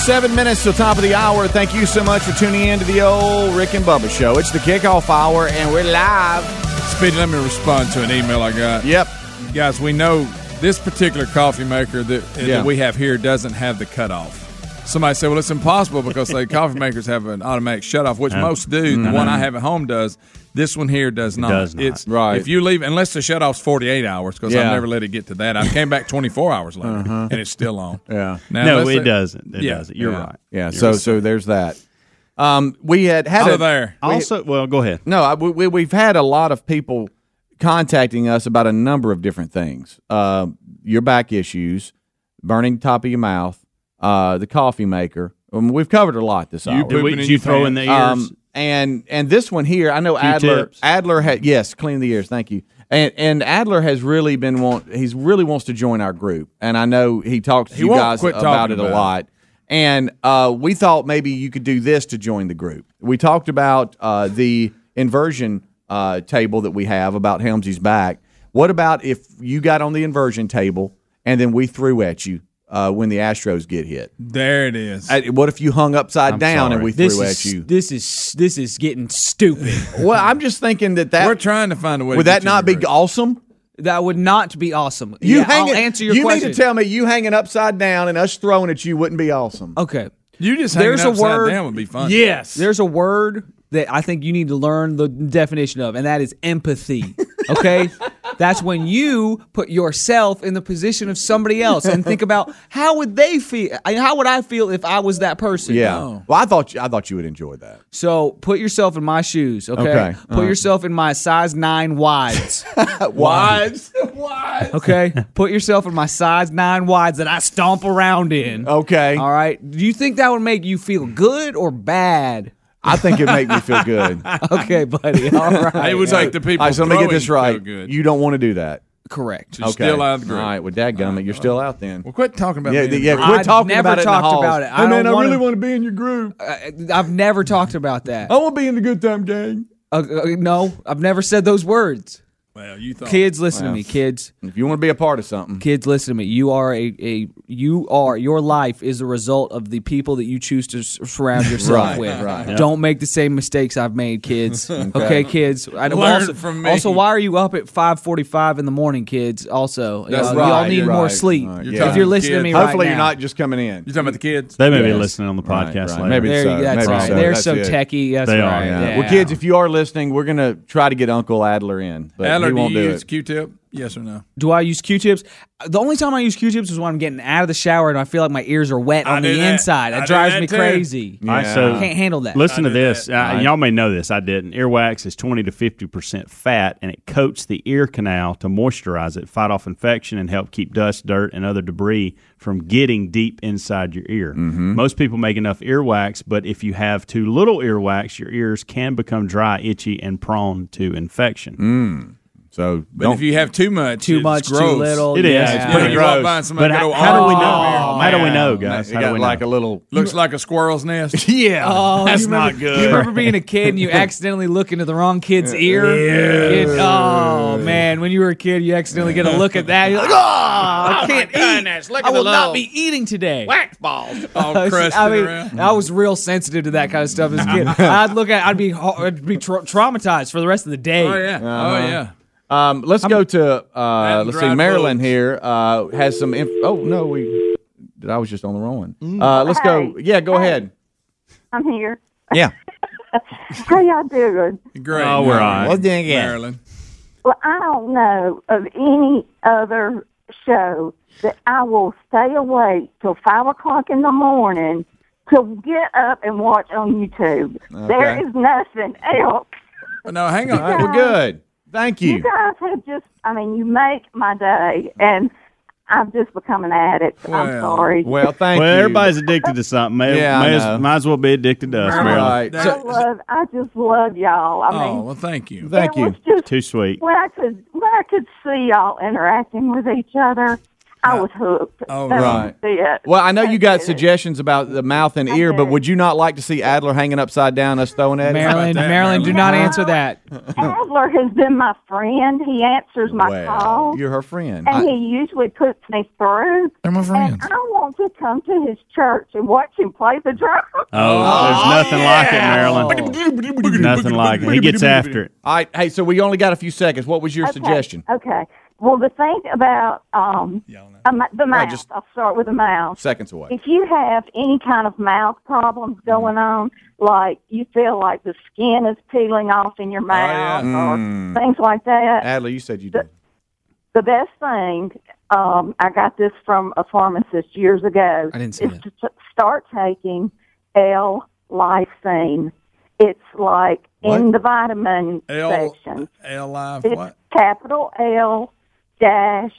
Seven minutes till top of the hour. Thank you so much for tuning in to the old Rick and Bubba show. It's the kickoff hour, and we're live. Speedy, let me respond to an email I got. Yep. Guys, we know this particular coffee maker that, uh, Yeah. that we have here doesn't have the cutoff. Somebody said, well, it's impossible because they coffee makers have an automatic shutoff, which Yeah. most do. Mm-hmm. The Mhm. one I have at home does. This one here does not. does not. It's Right. If you leave, unless the shutoff's forty eight hours, because Yeah. I've never let it get to that. I came back twenty four hours later, Uh-huh. and it's still on. Yeah. Now, No, let's it say- doesn't. It doesn't. You're yeah. right. Yeah. You're so right. so there's that. Um, we had had Out a- of there. we- Also, well, go ahead. No, I, we, we- we've had a lot of people contacting us about a number of different things. Uh, your back issues, burning top of your mouth, uh, the coffee maker. Um, we've covered a lot this You hour. pooping Did we- in did you your throw in the Um, ears? and and this one here, I know Adler. Q-tips. Adler had yes, clean the ears. Thank you. And and Adler has really been want. He's really wants to join our group, and I know he talks to He you won't guys quit about it talking a about it. lot lot. And uh, we thought maybe you could do this to join the group. We talked about uh, the inversion uh, table that we have about Helmsy's back. What about if you got on the inversion table and then we threw at you uh, when the Astros get hit? There it is. Uh, What if you hung upside Mm. I'm down and sorry. we This threw is- at you? This is this is getting stupid. well, I'm just thinking that that we're trying to find a way. Would to that get not be awesome? That would not be awesome. You yeah, hanging, I'll answer your you question. mean to tell me you hanging upside down and us throwing at you wouldn't be awesome? Okay. You just there's a word Yes. There's a word that I think you need to learn the definition of, and that is empathy. Okay? That's when you put yourself in the position of somebody else and think about how would they feel I- how would I feel if I was that person? Yeah. Oh. Well, I thought you, I thought you would enjoy that. So put yourself in my shoes, okay? Okay. Put Uh-huh. All right. yourself in my size nine wides. Wides. Okay. Put yourself in my size nine wides that I stomp around in. Okay. All right. Do you think that would make you feel good or bad? I think it'd make me feel good. okay, buddy. All right. It would make the people. All right, so let me get throwing this right. feel good. You don't want to do that. Correct. You're still out of the group. All right, well, dadgummit, you're still out then. Well, quit talking about Yeah, being in yeah, the group. quit talking never about it in the talked halls. about it. I Hey, man, don't I wanna- really want to be in your group. I, Uh, I've never talked about that. I want to be in the good time gang. Uh, uh, no, I've never said those words. Well, you thought Kids, listen Well, to me. Kids, if you want to be a part of something, kids, listen to me. You are a, a you are your life is a result of the people that you choose to s- surround yourself Right, with. right. Yeah. Don't make the same mistakes I've made, kids. okay. kids. I, Learn also, from me. also, why are you up at five forty-five in the morning, kids? Also, Uh, That's y'all, right, y'all need you're more right, sleep. right. if you're listening to me, right hopefully you're now. not just coming in. You talking about the kids? They may be listening on the Right, podcast right. later. Maybe There so. you- that's Maybe right. so. They're That's so it. techy. That's They right. are, yeah. Yeah. Well, kids, if you are listening, we're gonna try to get Uncle Adler in, but Adler, he do won't you do use it. Q-tip? Yes or no? Do I use Q-tips? The only time I use Q-tips is when I'm getting out of the shower and I feel like my ears are wet I on do the that. inside. I That do drives that me too. crazy. All right, so I can't handle that. Listen I to this. Uh, All right. Y'all may know this. I didn't. Earwax is 20 to 50% fat, and it coats the ear canal to moisturize it, fight off infection, and help keep dust, dirt, and other debris from getting deep inside your ear. Mm-hmm. Most people make enough earwax, but if you have too little earwax, your ears can become dry, itchy, and prone to infection. Mm. So But if you have too much, Too it's much, too gross. little, It is. yeah. It's You pretty know, you gross. walk by and But somebody got how- old how do we know? man. How do we know, guys? It How do got we know? like a little. Looks like a squirrel's nest. Yeah, Oh, That's you remember, not good. You remember being a kid and you accidentally look into the wrong kid's ear? Kid- oh man, when you were a kid, you accidentally get a look at that. You're like, oh, I can't eat. I will not be eating today. Wax balls. all Oh, crusted I mean, around. I was real sensitive to that kind of stuff as a kid. I'd look at, I'd be, I'd be tra- traumatized for the rest of the day. Oh yeah. Uh-huh. Oh yeah. Um, let's go to uh, And let's see. dried Maryland here uh, has some. Inf- oh no, we. I was just on the wrong one. Mm. Uh, let's go. Hey. Yeah, go ahead. I'm here. Yeah. How y'all doing? Great. Oh, we're all right. Well, dang it. Maryland. Well, I don't know of any other show that I will stay awake till five o'clock in the morning to get up and watch on YouTube. There Okay. is nothing else. No, hang All on. right, we're good. Thank You. you. guys have just—I mean, you make my day, and I've just become an addict. I'm Well, sorry. Well, thank Well, you. everybody's addicted to something. May, Yeah, I may, know. as, might as well be addicted to us, All Marilyn. right. I So, love. I just love y'all. I Oh mean, well, thank you. thank you. it was just Too sweet. when I could when I could see y'all interacting with each other, I was hooked. Oh, That right. was it. Well, I know you got suggestions about the mouth and ear, but would you not like to see Adler hanging upside down, us throwing at him? Maryland, that, Maryland, do Maryland? not answer that. Oh. Adler has been my friend. He answers my Well, calls, you're her friend. and he usually puts me through. They're my And I want to come to his church and watch him play the drum. Oh, there's nothing like it, Marilyn. nothing like it. He gets after it. All right. Hey, so we only got a few seconds. What was your Okay, suggestion? Okay. Well, the thing about um, um, the mouth, just- I'll start with the mouth. Seconds away. If Oh. you have any kind of mouth problems Mm-hmm. going on, like you feel like the skin is peeling off in your Oh, mouth or Oh, Mm-hmm. Mm. things like that, Adler, you said you did. the best thing, um, I got this from a pharmacist years ago, I didn't see is that. to t- start taking L-lysine. It's like in What? the vitamin L- section. L live It's what? capital L dash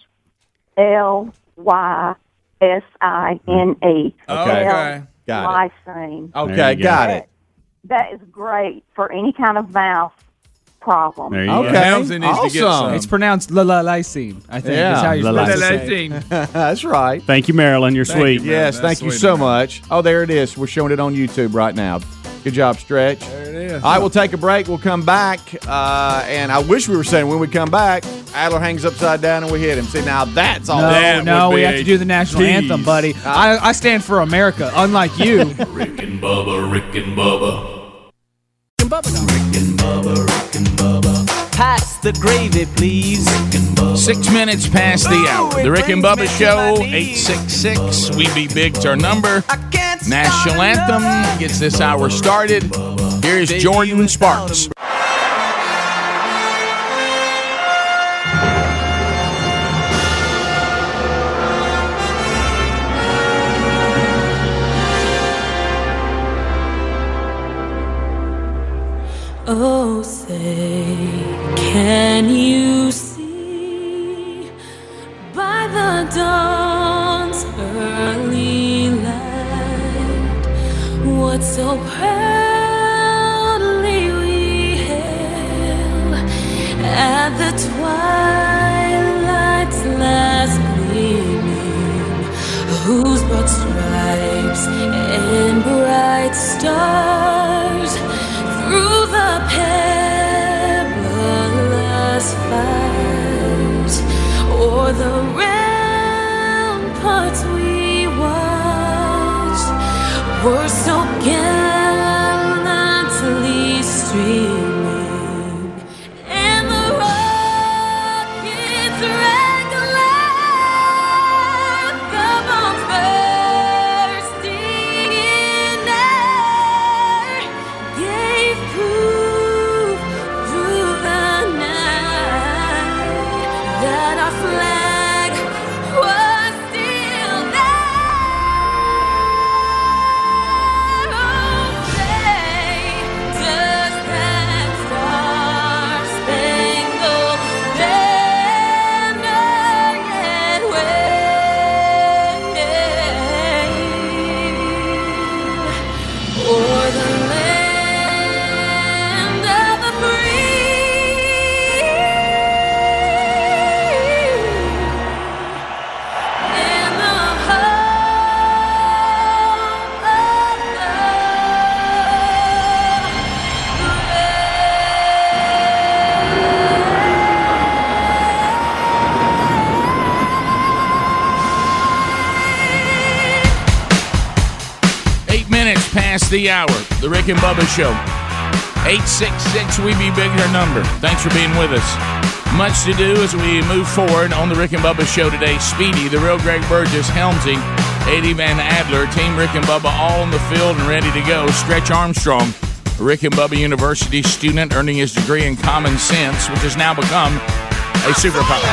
L Y S I N E. Okay. Okay. Got it. Lysine. Okay, go. got it. That is great for any kind of mouth problem. There you Okay. go. Townsend needs to get Awesome. It's pronounced la la lysine. I think Yeah. is how you're La supposed to say. it. That's right. Thank you, Marilyn. You're Thank sweet. you, Marilyn. Yes, that's thank you sweet so of you. much. Oh, there it is. We're showing it on YouTube right now. Good job, Stretch. There it is. All right, we'll take a break. We'll come back. Uh, and I wish we were saying when we come back, Adler hangs upside down and we hit him. See, now that's all. No, That no, would we be have to a do the national tease. anthem, buddy. I, I stand for America, unlike you. Rick and Bubba, Rick and Bubba. Pass the gravy, please. Six minutes past the hour. The Rick and Bubba Show, 866. We be big's our number. National anthem gets this hour started. Here's Jordan Sparks. Oh, say, can you see by the dawn's early light what so proudly we hail at the twilight? stars through the perilous fight or the ramparts we watched were so gallantly streaming and the rockets regular the bombs bursting in air gave proof through the night that our flag was still Oh, there. Oh, say, does that star-spangled banner yet wave o'er the land of the free? And the Eight minutes past the hour. The Rick and Bubba Show. 866 We Be Bigger Number. Thanks for being with us. Much to do as we move forward on the Rick and Bubba Show today. Speedy, the real Greg Burgess, Helmsy, Eddie Van Adler, Team Rick and Bubba all on the field and ready to go. Stretch Armstrong, a Rick and Bubba University student earning his degree in common sense, which has now become a superpower.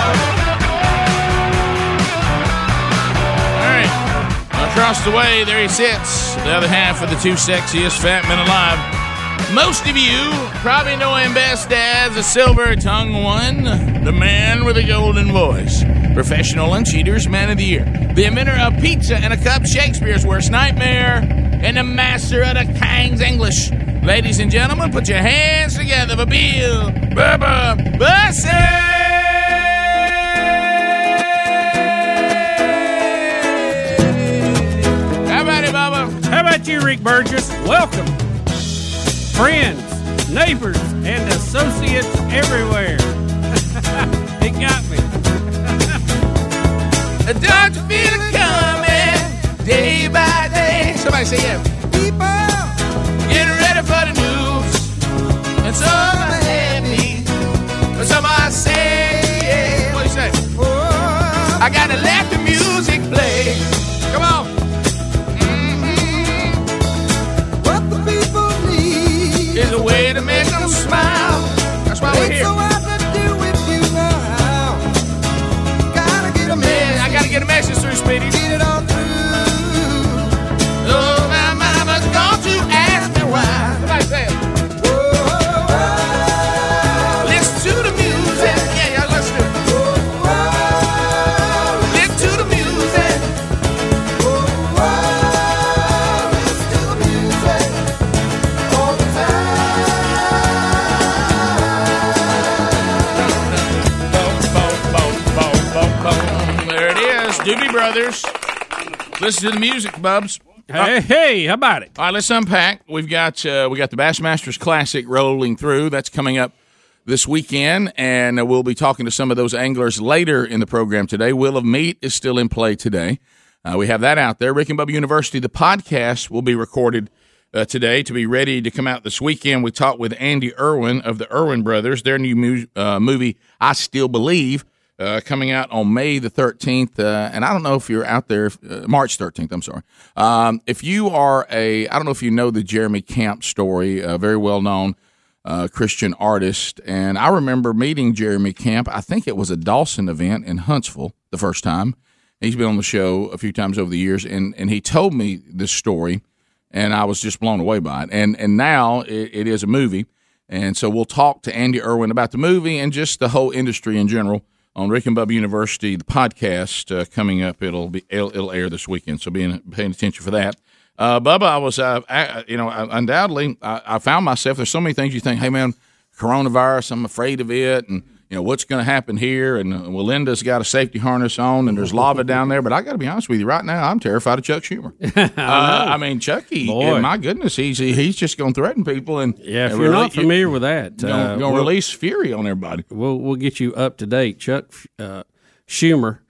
All right. Across the way, there he sits, the other half of the two sexiest fat men alive. Most of you probably know him best as the silver tongued one, the man with the golden voice, professional lunch eater's man of the year, the inventor of pizza and a cup, Shakespeare's worst nightmare, and the master of the King's English. Ladies and gentlemen, put your hands together for Bill Bubba Bussett! How about it, Bubba? How about you, Rick Burgess? Welcome, friends, neighbors, and associates everywhere. it got me. Don't you feel it coming day by day? Somebody say yeah. People getting ready for the news, and some are happy, but some are sad. What you say? I gotta let the music play. Come on. Mm-hmm. What the people need is a way to make them smile. That's why we're here. Man, I gotta get a message through, Speedy. Get it on through. Oh, my mama's gone to ask me why. Somebody say it. Listen to the music. Yeah, y'all listen to it. Listen to the music. There it is, Doobie Brothers. Listen to the music, Bubs. Hey, hey, how about it? Uh, All right, let's unpack. We've got uh, we got the Bassmasters Classic rolling through. That's coming up this weekend, and uh, we'll be talking to some of those anglers later in the program today. Will of Meat is still in play today. Uh, we have that out there. Rick and Bubba University, the podcast, will be recorded uh, today to be ready to come out this weekend. We talked with Andy Irwin of the Irwin Brothers, their new mu- uh, movie, I Still Believe, uh, coming out on May the 13th. Uh, and I don't know if you're out there, uh, March 13th, I'm sorry. Um, if you are a, I don't know if you know the Jeremy Camp story, uh, very well known uh, Christian artist. And I remember meeting Jeremy Camp. I think it was a Dawson event in Huntsville the first time. He's been on the show a few times over the years, and, and he told me this story, and I was just blown away by it. And and now it, it is a movie, and so we'll talk to Andy Irwin about the movie and just the whole industry in general on Rick and Bubba University, the podcast uh, coming up. It'll be it'll, it'll air this weekend, so being paying attention for that. Uh, Bubba, I was, uh, I, you know, I, undoubtedly, I, I found myself. There's so many things you think, hey man, coronavirus, I'm afraid of it, and you you know what's going to happen here, and uh, well, Linda's got a safety harness on, and there's lava down there. But I got to be honest with you, right now, I'm terrified of Chuck Schumer. uh, I mean, Chucky, Boy. my goodness, he's he's just going to threaten people, and Yeah, if and you're really- not familiar with that, uh, gonna- gonna release fury on everybody. We'll we'll get you up to date. Chuck uh, Schumer,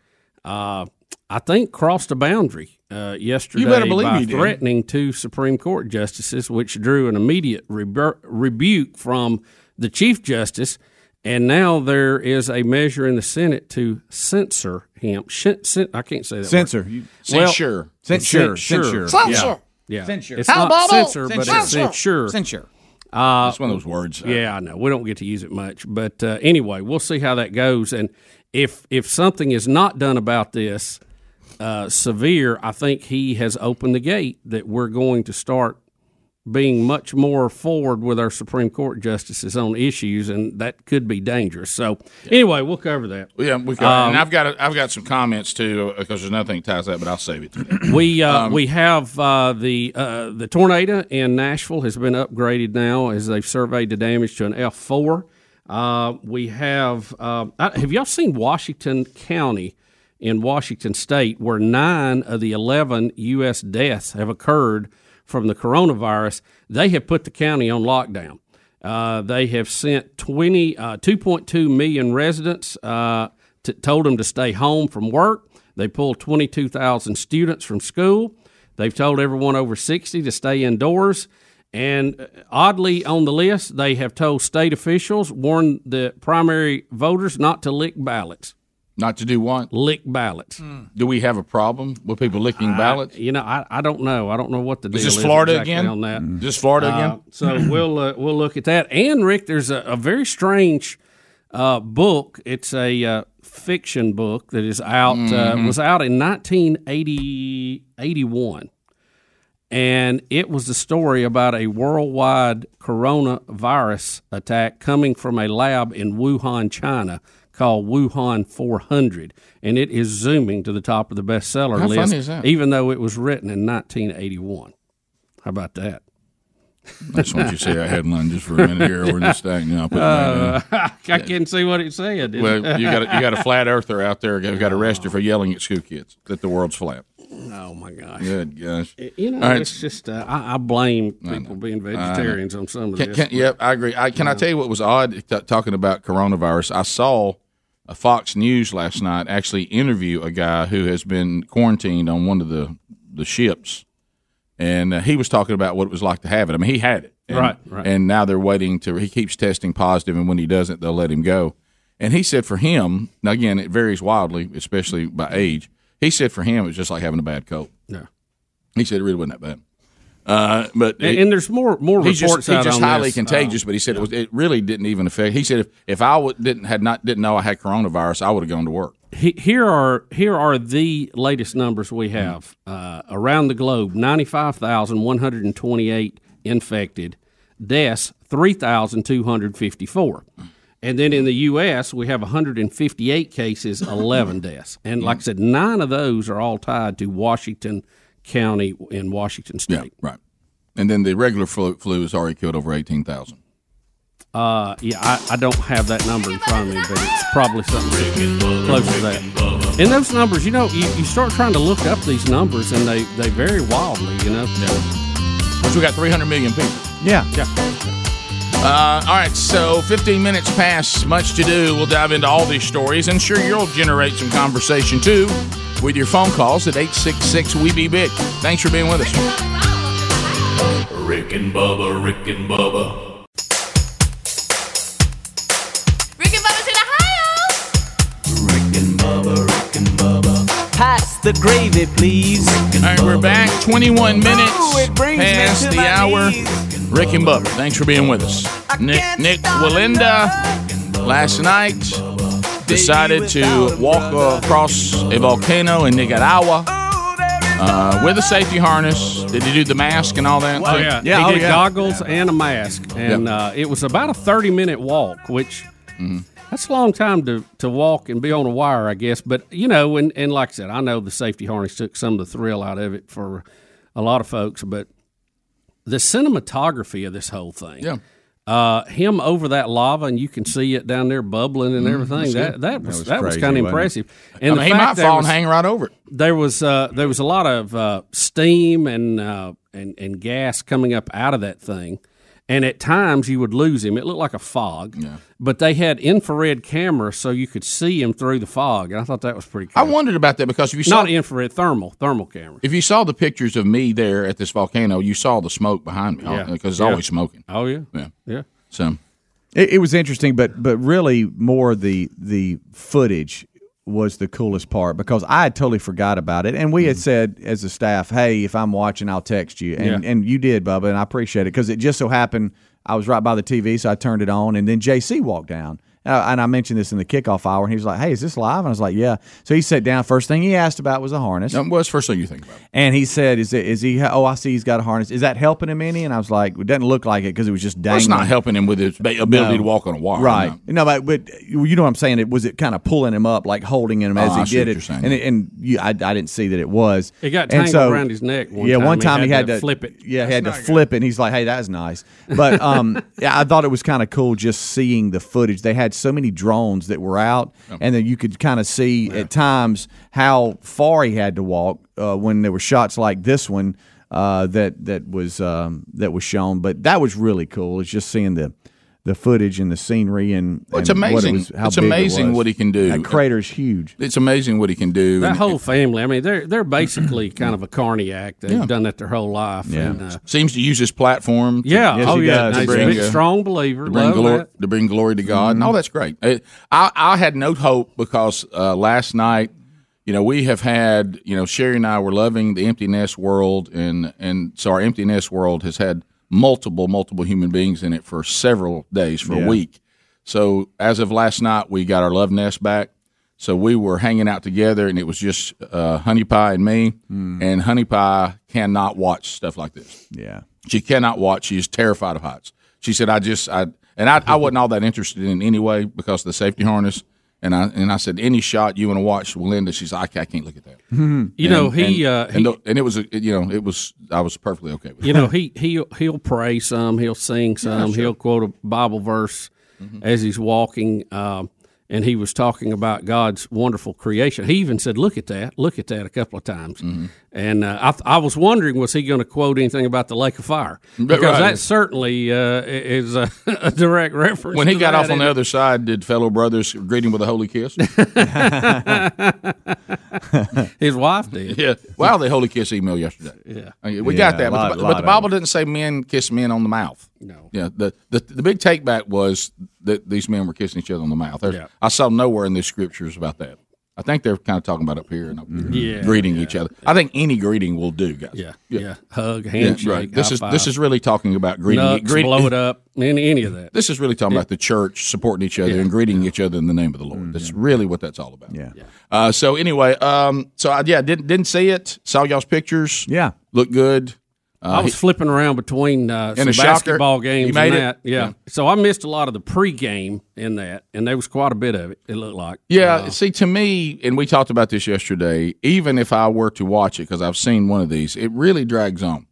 uh, I think crossed a boundary uh, yesterday believe by he did. threatening two Supreme Court justices, which drew an immediate rebu- rebuke from the Chief Justice. And now there is a measure in the Senate to censor him. Shin- cen- I can't say that. word. Censor. You- Well, Censure. Censure. Censure. Censure. Yeah. Censure. Yeah. Censure. It's How not about censor, but censure? it's censure. Censure. Uh, it's one of those words. Yeah, I know. We don't get to use it much, but uh, anyway, we'll see how that goes. And if if something is not done about this uh, severe, I think he has opened the gate that we're going to start being much more forward with our Supreme Court justices on issues, and that could be dangerous. So anyway, we'll cover that. Yeah, we can, Um, and I've got a, I've got some comments too because there's nothing that ties that, but I'll save it. we uh, we have uh, the uh, the tornado in Nashville has been upgraded now as they've surveyed the damage to an F four. Uh, we have uh, I- have y'all seen Washington County in Washington State where nine of the eleven U.S. deaths have occurred from the coronavirus? They have put the county on lockdown. Uh, they have sent 20, uh, 2.2 million residents, uh, t- told them to stay home from work. They pulled 22,000 students from school. They've told everyone over 60 to stay indoors. And uh, oddly, on the list, they have told state officials, warned the primary voters not to lick ballots. Not to do what? Lick ballots. Do we have a problem with people licking ballots? you know, I, I don't know. I don't know what the deal Is is. this Florida exactly again? On that. Is this Florida Uh, again? so we'll uh, we'll look at that. And Rick, there's a, a very strange uh, book. It's a uh, fiction book that is out uh, Mhm. was out in 1980 81. and it was the story about a worldwide coronavirus attack coming from a lab in Wuhan, China. Called Wuhan 400, and it is zooming to the top of the bestseller How funny list, is that? even though it was written in 1981. How about that? I just want you to say that headline just for a minute here. We're just staying. You know, put it Uh, back I can't see what it said. in. Well, you got a, you got a flat earther out there. who got arrested for yelling at school kids that the world's flat. Oh my gosh. Good gosh. You know, All right. it's just uh, I, I blame I know. people being I know. vegetarians on some of Can- this. can- yep, I agree. I, can I tell you what was odd t- talking about coronavirus? I saw a Fox News last night actually interview a guy who has been quarantined on one of the the ships, and uh, he was talking about what it was like to have it. I mean, he had it, and, Right, right. And now they're waiting to. He keeps testing positive, and when he doesn't, they'll let him go. And he said for him, now again, it varies wildly, especially by age. He said for him, it was just like having a bad cold. Yeah. He said it really wasn't that bad. Uh, but And- and there's more- more he's just, reports he's out just on highly this. contagious, Uh, but he said it, was, it really didn't even affect. He said if, if I w- didn't had not didn't know I had coronavirus, I would have gone to work. He- here are here are the latest numbers we have uh, around the globe: ninety five thousand one hundred and twenty eight infected, deaths three thousand two hundred fifty four. And then in the U.S., we have 158 cases, 11 deaths, and like I said, nine of those are all tied to Washington County in Washington State. right. And then the regular flu, flu has already killed over eighteen thousand. Uh, yeah, I, I don't have that number in front of me, but it's probably something close to that. And those numbers, you know, you, you start trying to look up these numbers, and they, they vary wildly, you know. Because we got 300 million people. Yeah. Uh, all right, so 15 minutes past, much to do. We'll dive into all these stories, and sure you'll generate some conversation too with your phone calls at 866 We Be Big. E Thanks for being with us. Rick and Bubba, Rick and Bubba, Rick and Bubba's in Ohio. Pass the gravy, please. All right, we're back. 21 minutes past the hour. Rick and Bubba, thanks for being with us. Nick, Nick Walinda last night decided to walk across a volcano in Nicaragua. Uh, with a safety harness. Did he do the mask and all that? Oh, too? yeah. he did goggles and a mask, and uh, it was about a 30 minute walk, which Mm-hmm. that's a long time to, to walk and be on a wire, I guess. But, you know, and, and like I said, I know the safety harness took some of the thrill out of it for a lot of folks, but the cinematography of this whole thing. Yeah. Uh, him over that lava, and you can see it down there bubbling and Mm, everything. that's that good. that That was was that was, crazy, kind of wasn't it? impressive. I the mean, he fact might there fall was- and hang right over it. There was uh, there was a lot of uh, steam and uh, and and gas coming up out of that thing, and at times you would lose him. It looked like a fog, but they had infrared cameras so you could see him through the fog, and I thought that was pretty. cool. I wondered about that because if you saw Not infrared, thermal, thermal camera. if you saw the pictures of me there at this volcano, you saw the smoke behind me Yeah. because it's Yeah. always smoking. Oh yeah, yeah, yeah. So It, it was interesting, but but really more the the footage was the coolest part because I had totally forgot about it, and we Mm-hmm. had said as a staff, "Hey, if I'm watching, I'll text you," and Yeah. and you did, Bubba, and I appreciate it because it just so happened I was right by the TV, so I turned it on, and then JC walked down. And I- and I mentioned this in the kickoff hour, and he was like, "Hey, is this live?" And I was like, "Yeah." So he sat down. First thing he asked about was a harness. Um, what's first thing you think about? And he said, "Is it? Is he? Oh, I see he's got a harness. Is that helping him any?" And I was like, "It doesn't look like it because it was just dangling." Well, it's not helping him with his ba- ability to walk on a wire, Um, Right. No, but, but you know what I'm saying. It was it kind of pulling him up, like holding him as Oh, he I see did what it. you're saying. And it, and you, I, I didn't see that it was. It got And tangled around his neck one yeah, time. one He time he had had, to to flip it. Yeah, he had to That's not flip it. And he's like, "Hey, that's nice." But um, yeah, I thought it was kind of cool just seeing the footage. They had so many drones that were out, Oh. and then you could kind of see at times how far he had to walk uh, when there were shots like this one. Uh, that that was um, that was shown, but that was really cool. It's just seeing the the footage and the scenery and Well, it's and What it amazing. was, how It's big it amazing was. what he can do. That crater's huge. It's amazing what he can do. That and- whole family. I mean, they're they're basically kind of a carniac. They've Yeah. done that their whole life. Yeah. And, uh, seems to use his platform. To, Yeah. Yes, Oh, he yeah. does. He's a big, uh, strong believer. To bring, Love glory, that. to bring glory to God, and all that's great. Uh, I, I had no hope because uh, last night, you know, we have had, you know, Sherry and I were loving the empty nest world, and and so our empty nest world has had multiple, multiple human beings in it for several days, for Yeah. a week. So as of last night, we got our love nest back. So we were hanging out together, and it was just uh, Honey Pie and me. Hmm. And Honey Pie cannot watch stuff like this. Yeah, she cannot watch. She is terrified of heights. She said, "I just I and I, I wasn't all that interested in anyway because of the safety harness." And I and I said, "Any shot you want to watch, will end." it." She's like, "I ca- "I can't look at that." You And- know, he, and, uh, and, the- and it was a- you know it was I was perfectly okay with it. you know, he he he'll pray some, he'll sing some, sure. Mm-hmm. he'll quote a Bible verse as he's walking. Um, and he was talking about God's wonderful creation. He even said, "Look at that! Look at that!" a couple of times. Mm-hmm. And uh, I, th- I was wondering, was he going to quote anything about the lake of fire? But Because right. that certainly uh, is a, a direct reference. When he to got that, off on the isn't it? other side, did fellow brothers greet him with a holy kiss? His wife did. Yeah. Wow, the holy kiss email yesterday. Yeah. Okay, we Yeah, got that. lot- but, the, lot but the of Bible doesn't say men kiss men on the mouth. No. Yeah. The, the the big take back was that these men were kissing each other on the mouth. There's- Yeah. I saw nowhere in the scriptures about that. I think they're kind of talking about up here and up here, Mm-hmm. Yeah, greeting each other. I think any greeting will do, guys. Yeah. yeah. Hug, Yeah, handshake, right. This high is five. this is really talking about greeting, Nuts, greet- blow it up, any, any of that. This is really talking Yeah. about the church supporting each other and greeting each other in the name of the Lord. That's Mm-hmm. really what that's all about. Yeah. Uh, so anyway, um, so I, yeah, didn't didn't see it. Saw y'all's pictures. Yeah, looked good. Uh, I was flipping around between uh, And some a shocker. basketball games You made and it? that. Yeah. Yeah. So I missed a lot of the pregame in that, and there was quite a bit of it, it looked like. Yeah, see, to me, and we talked about this yesterday. Even if I were to watch it, because I've seen one of these, it really drags on.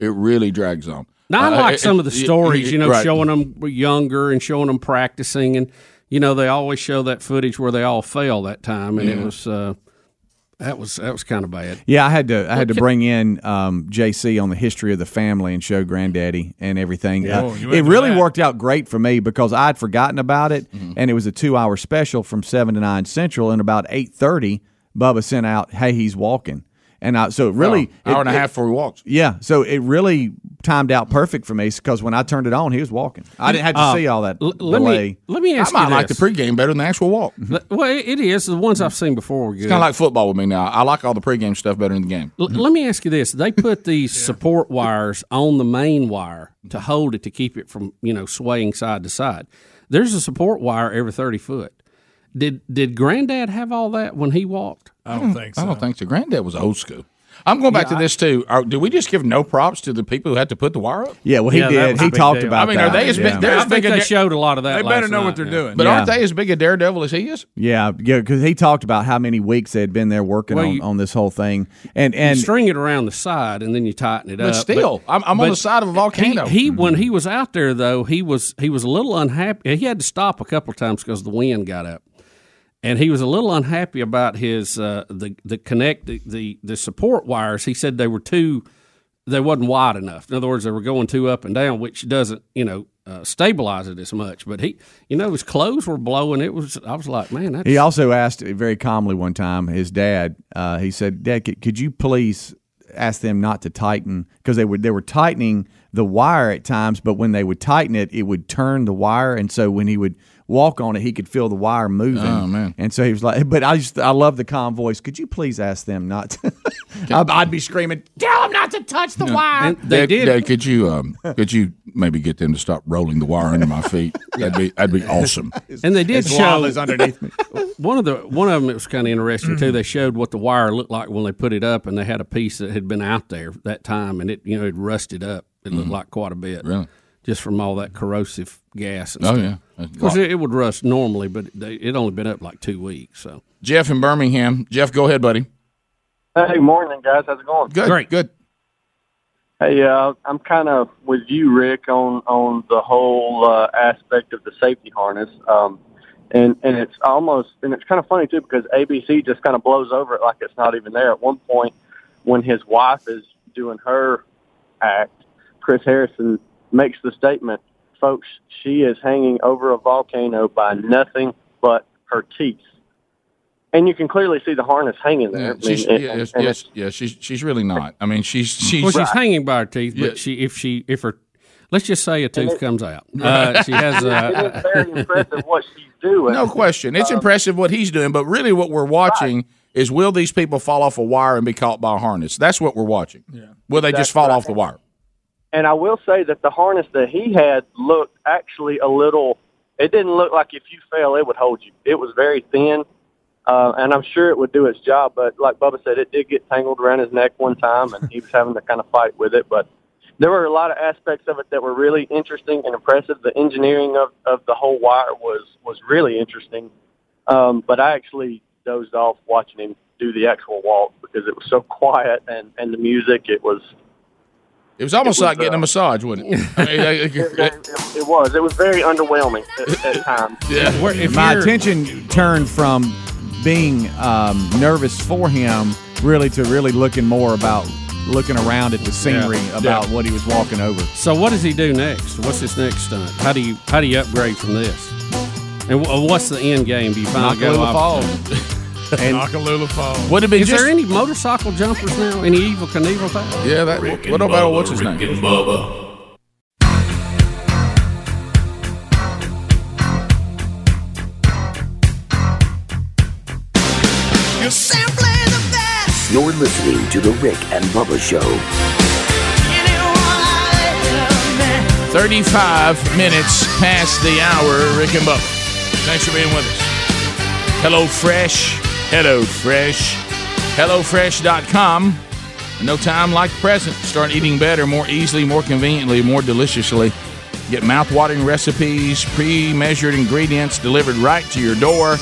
It really drags on. Now, I Uh, like it- some of the it- stories, it- you know, right. showing them younger and showing them practicing. And, you know, they always show that footage where they all fell that time, and it Yeah. was. Uh, that was that was kind of bad. Yeah, I had to I had to bring in um, JC on the history of the family and show Granddaddy and everything. Yeah. Uh, Oh, you it went to really that. worked out great for me because I'd forgotten about it, Mm-hmm. and it was a two hour special from seven to nine central. And about eight thirty, Bubba sent out, "Hey, he's walking." And I, so it really Oh, hour it- and a it- half before we walked. Yeah, so it really timed out perfect for me because when I turned it on, he was walking. I didn't have to Uh, see all that l- let me- delay. let me ask I might you like the this. pregame better than the actual walk. But- Well, it it is the ones I've seen before were good. Mm-hmm. It's kind of like football with me now. I like all the pregame stuff better than the game. L- let me ask you this: They put these support wires on the main wire to hold it to keep it from you know swaying side to side. There's a support wire every thirty foot. Did did Granddad have all that when he walked? I don't think so. I don't think so. Granddad was old school. I'm going back to this too. Are, do we just give no props to the people who had to put the wire up? Yeah, well, he Yeah, that did. was a He big talked deal. about I mean, are that. they as Yeah. big? They're I as think big a they da- showed a lot of that They better last know night, what they're yeah. doing. But But aren't aren't they as big a daredevil as he is? Yeah, yeah, because he talked about how many weeks they had been there working Well, on, you- on this whole thing, and and and string it around the side and then you tighten it But up. still, I'm- I'm on the side of a he- volcano. He, when he was out there though, he was he was a little unhappy. He had to stop a couple of times because the wind got up, and he was a little unhappy about his uh, the the connect the, the the support wires. He said they were too they wasn't wide enough. In other words, they were going too up and down, which doesn't you know. Uh, stabilize it as much, but he, you know, his clothes were blowing. It was, I was like, man, that's He also asked very calmly one time his dad. Uh, he said, "Dad, could, could you please ask them not to tighten because they were they were tightening the wire at times, but when they would tighten it, it would turn the wire, and so when he would walk on it, he could feel the wire moving. Oh, man. And so he was like, "But I just I love the calm voice. Could you please ask them not?" to I'd, I'd be screaming, "Tell them not to touch the wire." Dad, Dad, Uh, could you um, could you maybe get them to stop rolling the wire under my feet? That'd be that'd be awesome. And they did His show lava is underneath me. one of the one of them it was kind of interesting too. They showed what the wire looked like when they put it up, and they had a piece that had been out there that time, and it you know it rusted up. It looked Mhm. like quite a bit, Really? just from all that corrosive gas. And Oh, stuff. yeah. Of course, it, it would rust normally, but they, it only been up like two weeks. So Jeff in Birmingham. Jeff, go ahead, buddy. Hey, morning, guys. How's it going? Good, Great. good. Hey, uh, I'm kind of with you, Rick, on on the whole uh, aspect of the safety harness, um, and and it's almost and it's kind of funny too because ABC just kind of blows over it like it's not even there. At one point, when his wife is doing her act, Chris Harrison makes the statement, "Folks, she is hanging over a volcano by nothing but her teeth." And you can clearly see the harness hanging there. I She's, mean, yeah, and- yes, uh, and yes, yeah, she's she's really not. I mean, she's she's well, she's hanging by her teeth, but Yeah. she if she if her let's just say a tooth comes out, Right. uh, she has. Uh, It is very impressive what she's doing. Um, No question. It's impressive what he's doing, but really what we're watching is will these people fall off a wire and be caught by a harness? That's what we're watching. Yeah. Will they just Exactly fall right. off the wire? And I will say that the harness that he had looked actually a little. It didn't look like if you fell, it would hold you. It was very thin, uh, and I'm sure it would do its job. But like Bubba said, it did get tangled around his neck one time, and he was having to kind of fight with it. But there were a lot of aspects of it that were really interesting and impressive. The engineering of, of the whole wire was was really interesting. Um, but I actually dozed off watching him do the actual walk because it was so quiet and and the music. It was It was almost It was, like getting a uh, massage, wasn't it? I mean, it- it- it, it was. It was very underwhelming at, at times. Where- if my you're- attention turned from being um, nervous for him really to really looking more about looking around at the scenery Yeah. about Yeah. what he was walking over. So what does he do next? What's his next stunt? How do you how do you upgrade from this? And wh- uh, what's the end game? Do you finally go Nakalula off? And- Nakalula Falls. Would it be Is just- there any motorcycle jumpers now? Any evil Knievel thing? Yeah, that. Rick what about and Bubba, what's his Rick name? and Bubba. You're simply the best. You're listening to The Rick and Bubba Show. 35 minutes past the hour, Rick and Bubba. Thanks for being with us. Hello Fresh. Hello Fresh. HelloFresh.com. No time like the present. Start eating better, more easily, more conveniently, more deliciously. Get mouth-watering recipes, pre-measured ingredients delivered right to your door,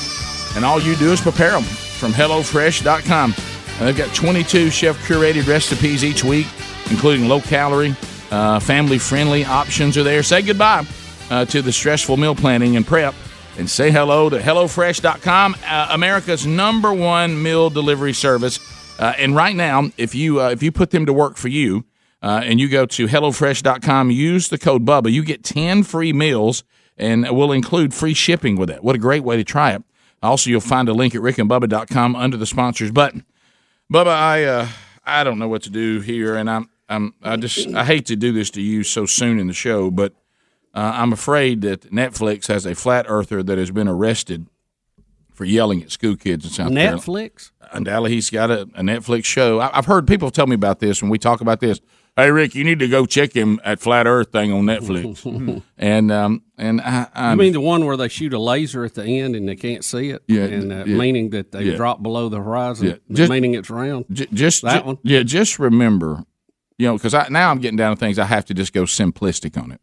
and all you do is prepare them from HelloFresh.com. And they've got 22 chef-curated recipes each week, including low-calorie, uh, family-friendly options are there. Say goodbye uh, to the stressful meal planning and prep, and say hello to HelloFresh.com, uh, America's number one meal delivery service. Uh, and right now, if you uh, if you put them to work for you, uh, and you go to HelloFresh.com, use the code Bubba, you get ten free meals, and we'll include free shipping with it. What a great way to try it! Also, you'll find a link at RickandBubba.com under the sponsors button. Bubba, I uh, I don't know what to do here, and I'm I'm I just I hate to do this to you so soon in the show, but uh, I'm afraid that Netflix has a flat earther that has been arrested for yelling at school kids in South Carolina. Netflix. Undoubtedly, he's got a, a Netflix show. I, I've heard people tell me about this when we talk about this. Hey Rick, you need to go check him at Flat Earth thing on Netflix. and um and I, I I mean the one where they shoot a laser at the end and they can't see it, Yeah, and uh, yeah. meaning that they Yeah. have dropped below the horizon, Yeah. Just- meaning it's round. J- just that ju- one. Yeah, just remember, you know, because now I'm getting down to things I have to just go simplistic on it.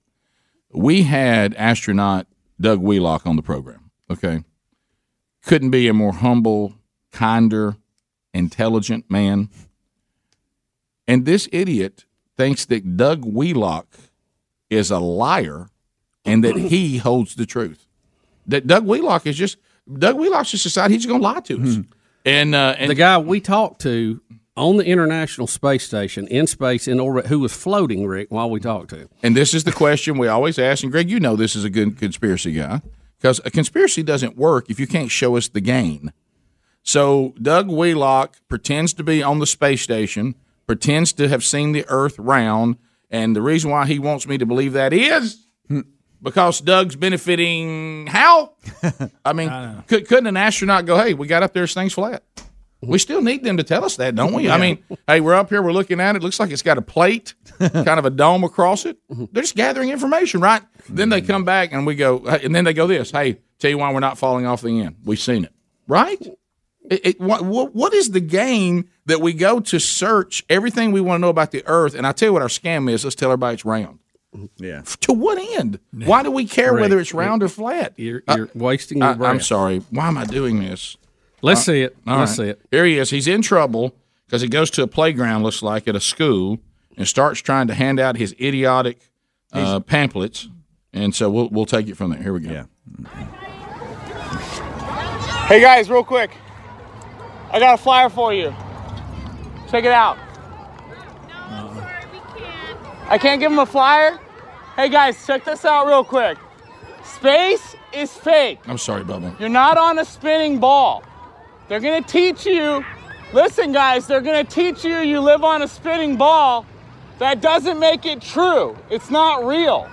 We had astronaut Doug Wheelock on the program. Okay, couldn't be a more humble, kinder, intelligent man. And this idiot thinks that Doug Wheelock is a liar, and that he holds the truth. That Doug Wheelock is just Doug Wheelock's just decided he's going to lie to us. And, uh, the guy we talked to on the International Space Station in space in orbit, who was floating, Rick, while we talked to him. And this is the question we always ask. And Greg, you know this is a good conspiracy guy because a conspiracy doesn't work if you can't show us the gain. So Doug Wheelock pretends to be on the space station, pretends to have seen the Earth round, and the reason why he wants me to believe that is because Doug's benefiting. How? I mean, could, couldn't an astronaut go, "Hey, we got up there, this thing's flat." We still need them to tell us that, don't we? I Yeah. mean, hey, we're up here, we're looking at it. Looks like it's got a plate, kind of a dome across it. They're just gathering information, right? Then they come back and we go, and then they go this. Hey, tell you why we're not falling off the end. We've seen it, right? It, it, what, what, what is the game that we go to search everything we want to know about the Earth? And I tell you what our scam is. Let's tell everybody it's round. Yeah. To what end? Why do we care Rick, whether it's round or Rick, flat? You're, Uh, you're wasting your I- breath. I'm sorry. Why am I doing this? Let's Uh, see it. all Let's right. see it. Here he is. He's in trouble because he goes to a playground, looks like, at a school and starts trying to hand out his idiotic uh, pamphlets. And so we'll, we'll take it from there. Here we go. Yeah. Hey guys, real quick. I got a flyer for you. Check it out. I can't give him a flyer. Hey guys, check this out real quick. Space is fake. I'm sorry, Bubba. You're not on a spinning ball. They're going to teach you. Listen, guys, they're going to teach you you live on a spinning ball. That doesn't make it true. It's not real.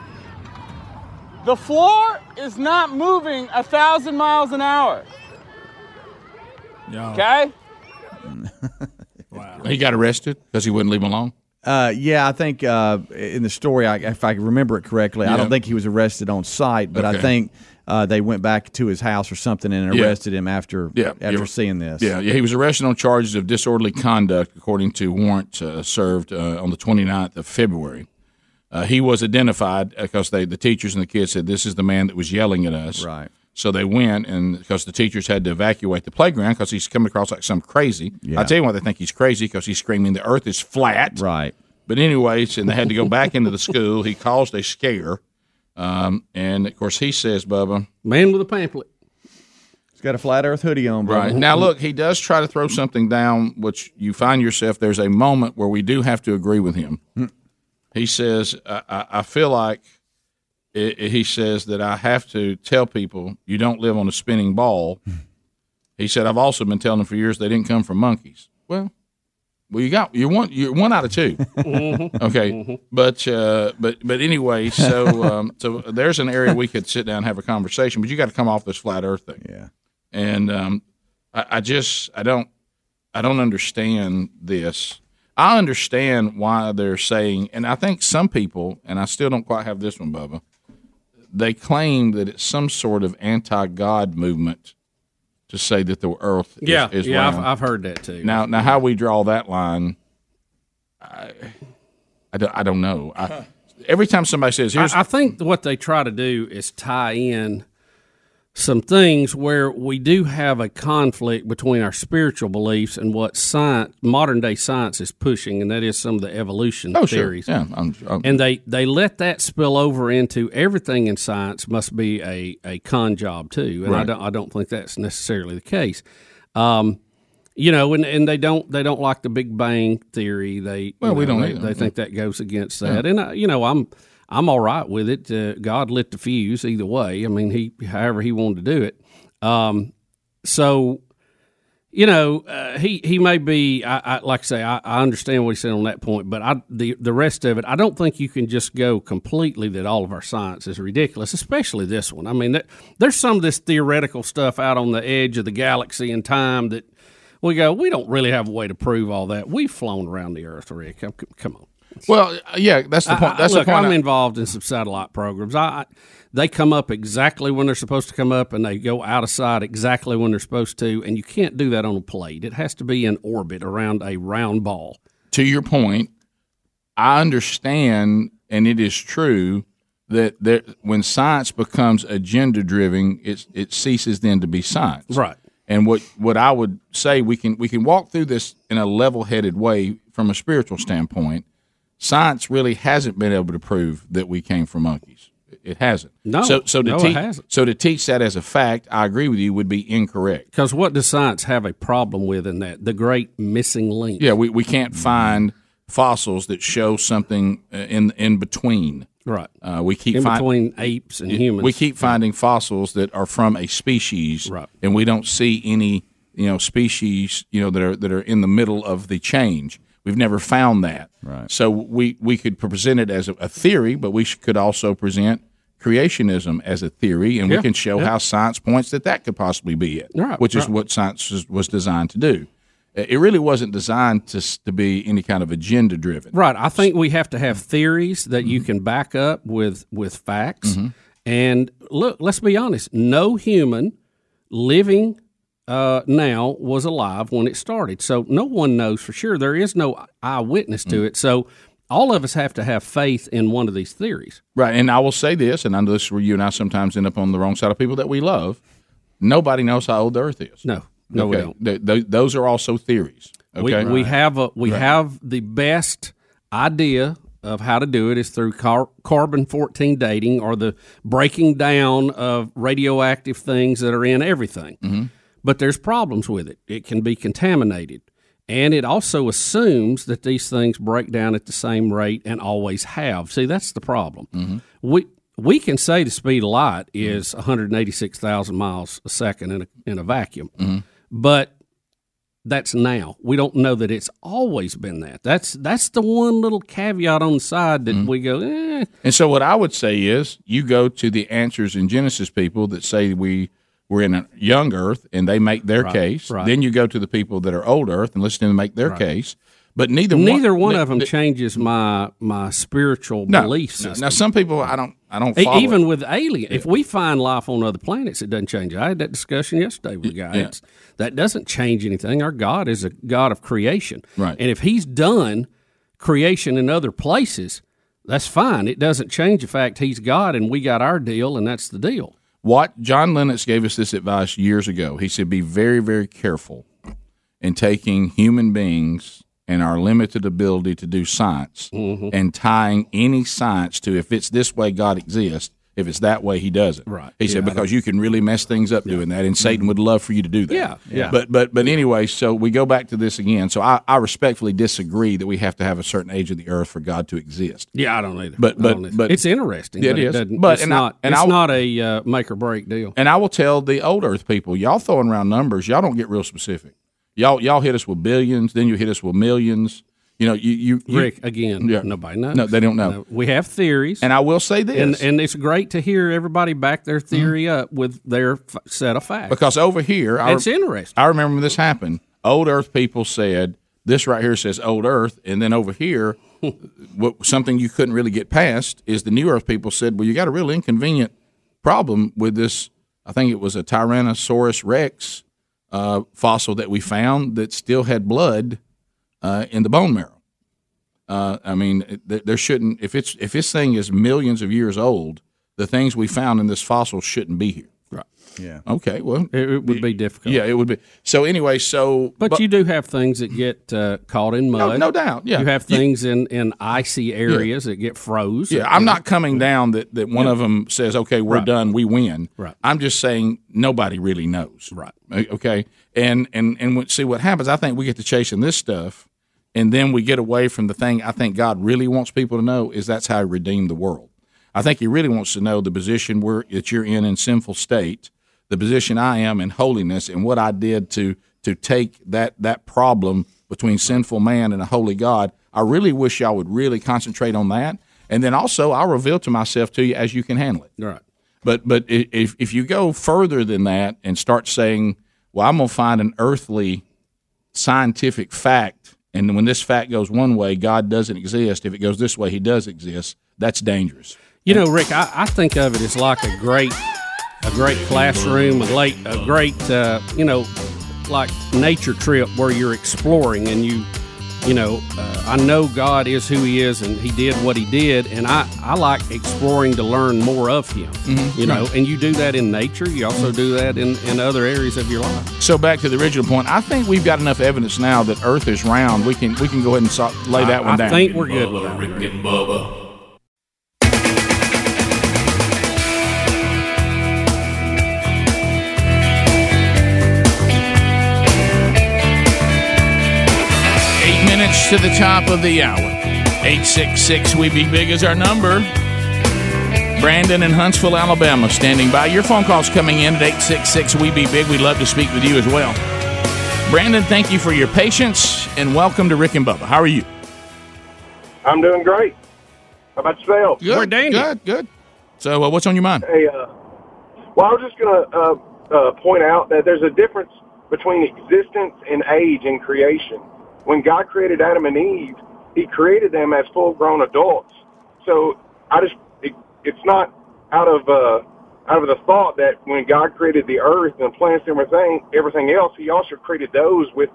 The floor is not moving a thousand miles an hour. Okay? He got arrested because he wouldn't leave him alone. Uh, yeah, I think uh, in the story, I, if I remember it correctly, I Yeah. don't think he was arrested on site, but Okay. I think uh, they went back to his house or something and Yeah. arrested him after Yeah, after yeah. seeing this. Yeah, yeah, he was arrested on charges of disorderly conduct, according to warrant uh, served uh, on the 29th of February. Uh, he was identified because they the teachers and the kids said this is the man that was yelling at us. Right. So they went, and because the teachers had to evacuate the playground because he's coming across like some crazy. I tell you why they think he's crazy because he's screaming the earth is flat. Right. But anyways, and they had to go back into the school. He caused a scare, um, and of course he says, "Bubba, man with a pamphlet." He's got a flat Earth hoodie on. Right. Now, look, he does try to throw something down, which you find yourself, there's a moment where we do have to agree with him. Hmm. He says, I, I, I feel like i i- he says that I have to tell people you don't live on a spinning ball. he said, I've also been telling them for years they didn't come from monkeys. Well, well, you got you're one you're one out of two. Mm-hmm. okay, but uh, but but anyway, so um, so there's an area we could sit down and have a conversation, but you got to come off this flat Earth thing. Yeah, and um, I, I just I don't I don't understand this. I understand why they're saying, and I think some people, and I still don't quite have this one, Bubba. They claim that it's some sort of anti-God movement to say that the Earth is, Yeah, is yeah, I've, round. I've heard that too. Now, now, how we draw that line, I, I don't, I don't know. I, every time somebody says, "Here's," I, I think what they try to do is tie in some things where we do have a conflict between our spiritual beliefs and what science, modern day science, is pushing, and that is some of the evolution "Oh, sure, theories. yeah," I'm, I'm- and they, they let that spill over into everything in science must be a, a con job too, and I Right. don't I don't think that's necessarily the case. Um, you know, and, and they don't they don't like the Big Bang theory. They you Well, we know, don't They, either. they think that goes against that, Yeah. and I, you know I'm I'm all right with it. Uh, God lit the fuse either way. I mean, he however he wanted to do it. Um, so you know, uh, he he may be. I, I like I say, I, I understand what he said on that point, but I the the rest of it, I don't think you can just go completely that all of our science is ridiculous, especially this one. I mean, that, there's some of this theoretical stuff out on the edge of the galaxy and time that we go, we don't really have a way to prove all that. We've flown around the Earth, Rick. Come, come on. Well, uh, yeah, that's the point. I- That's I, look, the point. I'm I- involved in some satellite programs. I, I they come up exactly when they're supposed to come up, and they go out of sight exactly when they're supposed to. And you can't do that on a plate. It has to be in orbit around a round ball. to your point, I understand, and it is true that there, when science becomes agenda driven, it it ceases then to be science. Right. And what what I would say we can we can walk through this in a level headed way from a spiritual standpoint. Science really hasn't been able to prove that we came from monkeys. It hasn't. No. So so to No, it teach hasn't. so to teach that as a fact, I agree with you would be incorrect. Because what does science have a problem with in that? The great missing link. Yeah, we, we can't find fossils that show something uh, in in between. Right. Uh, we keep In find- between apes and Yeah, humans. We keep finding fossils that are from a species, right. and we don't see any you know species you know that are that are in the middle of the change. We've never found that. Right. So we we could present it as a, a theory, but we sh- could also present creationism as a theory, and Yeah, we can show yeah. how science points that that could possibly be it, Right, which is right. what science was- was designed to do. Uh, It really wasn't designed to s- to be any kind of agenda driven. Right. I think we have to Mm-hmm. have theories that you can back up with with facts. Mm-hmm. And look, let's be honest. No human living uh, now was alive when it started, so no one knows for sure. There is no eyewitness to Mm. it, so all of us have to have faith in one of these theories. Right. And I will say this, and I know this is where you and I sometimes end up on the wrong side of people that we love. Nobody knows how old the earth is. No. No, we Okay? Th- th- those are also theories. We, Okay. we have a we Right. have the best idea of how to do it is through car- carbon fourteen dating or the breaking down of radioactive things that are in everything. But there's problems with it. It can be contaminated, and it also assumes that these things break down at the same rate and always have. See, that's the problem. We we can say the speed of light Mm. is 186,000 miles a second in a, in a vacuum, Mm-hmm. but that's now. We don't know that it's always been that. That's that's the one little caveat on the side that Mm. we go. Eh. And so what I would say is you go to the answers in Genesis people that say we we're in a young earth and they make their Right, case. right. Then you go to the people that are old earth and listen to them make their Right. case. But neither Neither one ne- of them ne- changes my my spiritual No, belief no. Now, system. some people I don't I don't E- follow even it. with alien. If we find life on other planets, it doesn't change. I had that discussion yesterday with a guy. It's- That doesn't change anything. Our God is a God of creation, Right. And if He's done creation in other places, that's fine. It doesn't change the fact He's God, and we got our deal, and that's the deal. What John Lennox gave us this advice years ago. He said, "Be very, very careful in taking human beings and our limited ability to do science Mm-hmm. and tying any science to if it's this way God exists, if it's that way He doesn't." Right. He said Yeah, I Mm-hmm. because you can really mess things up doing that, and Satan would love for you to do that. Yeah, yeah. But but but anyway, so we go back to this again. So I, I respectfully disagree that we have to have a certain age of the earth for God to exist. Yeah, I don't either. But- I but- don't either. but- it's interesting. Yeah, but it is. doesn't- But- it's and I- not. and it's I- not a uh, make or break deal. And I will tell the old Earth people, y'all throwing around numbers, y'all don't get real specific. Y'all y'all hit us with billions, then you hit us with millions. You know, you you, you- Rick, again, Yeah. nobody knows. No, they don't know. No, we have theories, And I will say this, Mm-hmm. and, and it's great to hear everybody back their theory up with their f- set of facts. because over here, I, It's interesting. I remember when this happened. Old Earth people said this right here says old Earth, and then over here, what something you couldn't really get past is the new Earth people said, well, you got a real inconvenient problem with this. I think it was a Tyrannosaurus Rex uh, fossil that we found that still had blood uh, in the bone marrow. Uh, I mean, it- there, there shouldn't if it's if this thing is millions of years old, the things we found in this fossil shouldn't be here. Right. Yeah. Okay. Well, it, it would be difficult. Yeah, it would be. So anyway, so But, you do have things that get uh, caught in mud, no doubt, yeah. you have You- things in, in icy areas that get froze. Yeah, I'm not coming down that, that one of them says, okay, we're Right. done, we win. Right. I'm just saying nobody really knows. Right. Okay. And and and what- see what happens. I think we get to chasing this stuff, and then we get away from the thing. I think God really wants people to know is that's how He redeemed the world. I think He really wants to know the position where that you're in in sinful state, the position I am in holiness, and what I did to to take that that problem between sinful man and a holy God. I really wish y'all would really concentrate on that, and then also I'll reveal to myself to you as you can handle it. Right. But but i- if if you go further than that and start saying, well, I'm gonna find an earthly scientific fact And when this fact goes one way, God doesn't exist. If it goes this way, He does exist. That's dangerous. You know, Rick, I, I think of it as like a great, a great classroom, a late, a great, uh, you know, like nature trip where you're exploring and you, you know, uh, I know God is who He is and He did what He did, and I I like exploring to learn more of Him. Mhm. You know, Right. and you do that in nature. You also do that in in other areas of your life. So back to the original point, I think we've got enough evidence now that Earth is round. We can we can go ahead and so- lay that I- one I down. think we're good with Bubba, Rick and Bubba. Eight minutes to the top of the hour. 866 We Be Big is our number. Brandon in Huntsville, Alabama, standing by. Your phone call's coming in at 866 We Be Big. We'd love to speak with you as well. Brandon, thank you for your patience and welcome to Rick and Bubba. How are you? I'm doing great. How about yourself? Good, We're dandy. good, good. So, uh, what's on your mind? Hey, uh, well, I was just going to uh, uh, point out that there's a difference between existence and age in creation. When God created Adam and Eve, He created them as full-grown adults. So I just it, it's not out of uh, out of the thought that when God created the earth and the plants and everything everything else, He also created those with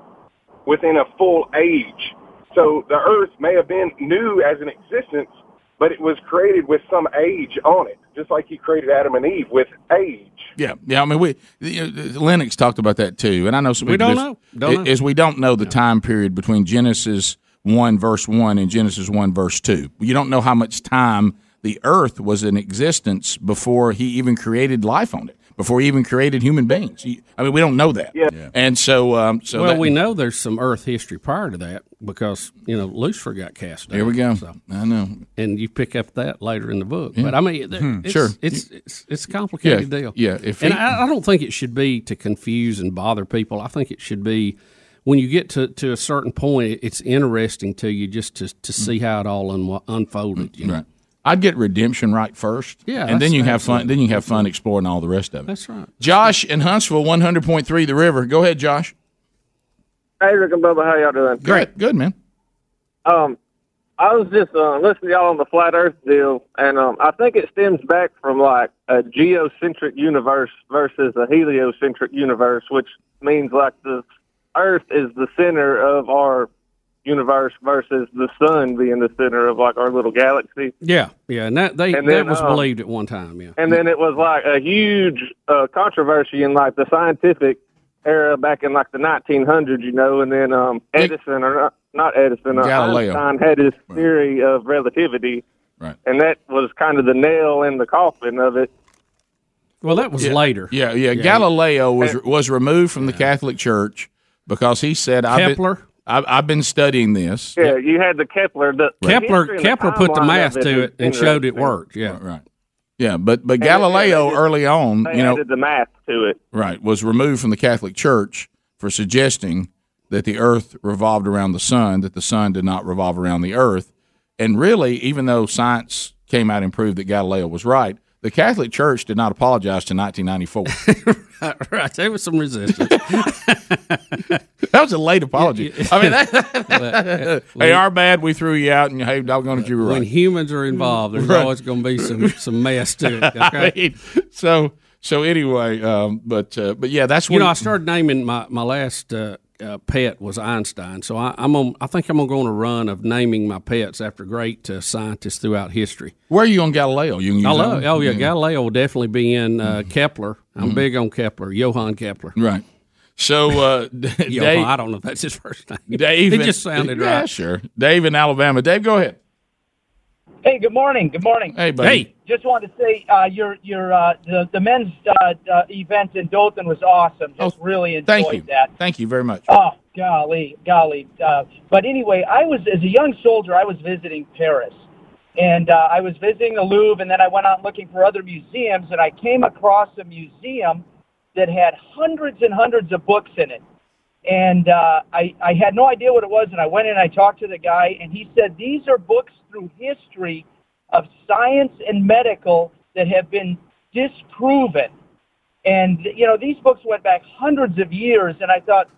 within a full age. So the earth may have been new as an existence, but it was created with some age on it, just like he created Adam and Eve with age. Yeah, yeah. I mean, we the- uh, Lennox talked about that too, and I know some We people don't just- know. Don't i- know. Is we don't know the time period between Genesis one verse one and Genesis one verse two. You don't know how much time the Earth was in existence before He even created life on it, before He even created human beings. You- I mean, we don't know that. Yeah. And so, um, so well, that- we know there's some Earth history prior to that because you know Lucifer got cast. out. Here we go. So- I know. and you pick up that later in the book. Yeah. But I mean, th- Hmm. it's, Sure. it's, it's it's a complicated Yeah, deal. yeah, if and he- I, I don't think it should be to confuse and bother people. I think it should be when you get to, to a certain point, it's interesting to you just to, to see Mm. how it all unwa unfolded. You know? Right. I'd get redemption right first. Yeah, and then that's- you have fun. Then you have fun exploring all the rest of it. That's right. Josh in Huntsville, one hundred point three, the river. Go ahead, Josh. Hey, Rick and Bubba, how y'all doing? Great, good man. Um, I was just uh, listening to y'all on the flat Earth deal, and um, I think it stems back from like a geocentric universe versus a heliocentric universe, which means like the Earth is the center of our universe versus the sun being the center of like our little galaxy. Yeah, yeah, and that they And that then, was um, believed at one time. Yeah, And then it was like a huge uh, controversy in like the scientific era back in like the 1900s, you know. And then um, Edison, or not, not Edison, uh, Galileo. Einstein had his theory of relativity, right? And that was kind of the nail in the coffin of it. Well, that was later. Yeah, yeah. Galileo was was removed from the Catholic Church because he said, "I've been, Kepler. I've, I've been studying this." Yeah, you had the Kepler. The, the Kepler history and Kepler put the timeline math of it to is it and showed it interesting. worked. Yeah, right. Yeah, but but And they- Galileo they- early on, They you know, added the math to it. right, was removed from the Catholic Church for suggesting that the Earth revolved around the sun, that the sun did not revolve around the Earth, and really, even though science came out and proved that Galileo was right, the Catholic Church did not apologize to 1994. right. There was some resistance. that was a late apology. I mean, that, hey, our bad, we threw you out, and hey, doggone it, you were right. when humans are involved, there's Right. always going to be some some mess to it. I Okay? mean, so so anyway, um, but uh, but yeah, that's you when know, I started naming my my last uh, uh, pet was Einstein, so I, I'm on. I think I'm gonna go on a run of naming my pets after great uh, scientists throughout history. Where are you on Galileo? You can use Mm-hmm. I that love. one? Oh yeah, Galileo will definitely be in uh, Kepler. I'm Mhm. big on Kepler, Johann Kepler. Right. So uh, Johann, I don't know if that's his first name. Dave, it in- just sounded yeah, right. Sure, Dave in Alabama. Dave, go ahead. Hey, good morning. Good morning. Hey, buddy. Hey. Just wanted to say uh, your your uh, the, the men's uh, uh, event in Dothan was awesome. Just really enjoyed Oh, Thank you. that. Thank you very much. Oh, golly, golly. Uh, but anyway, I was as a young soldier, I was visiting Paris, and uh, I was visiting the Louvre, and then I went out looking for other museums, and I came across a museum that had hundreds and hundreds of books in it. And uh, I, I had no idea what it was, and I went in and I talked to the guy, and he said, These are books through history of science and medical that have been disproven. And, you know, these books went back hundreds of years, and I thought,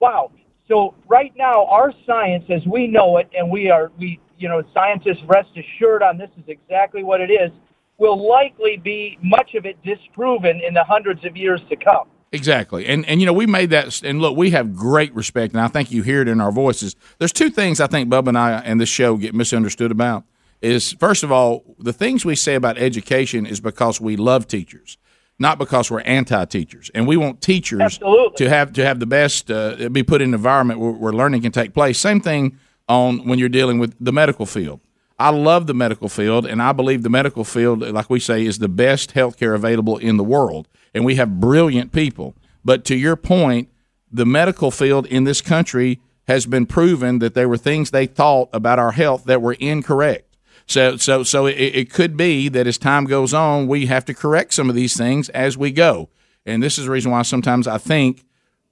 wow. So right now, our science, as we know it, and we are we you know scientists rest assured on this is exactly what it is, will likely be much of it disproven in the hundreds of years to come. Exactly. And and you know, we made that and look, we have great respect and I think you hear it in our voices. There's two things I think Bubba and I and this show get misunderstood about is first of all, the things we say about education is because we love teachers, not because we're anti-teachers. And we want teachers to have to have the best uh, be put in an environment where, where learning can take place. Same thing on when you're dealing with the medical field. I love the medical field, and I believe the medical field, like we say, is the best healthcare available in the world. And we have brilliant people. But to your point, the medical field in this country has been proven that there were things they thought about our health that were incorrect. So, so, so it, it could be that as time goes on, we have to correct some of these things as we go. And this is the reason why sometimes I think,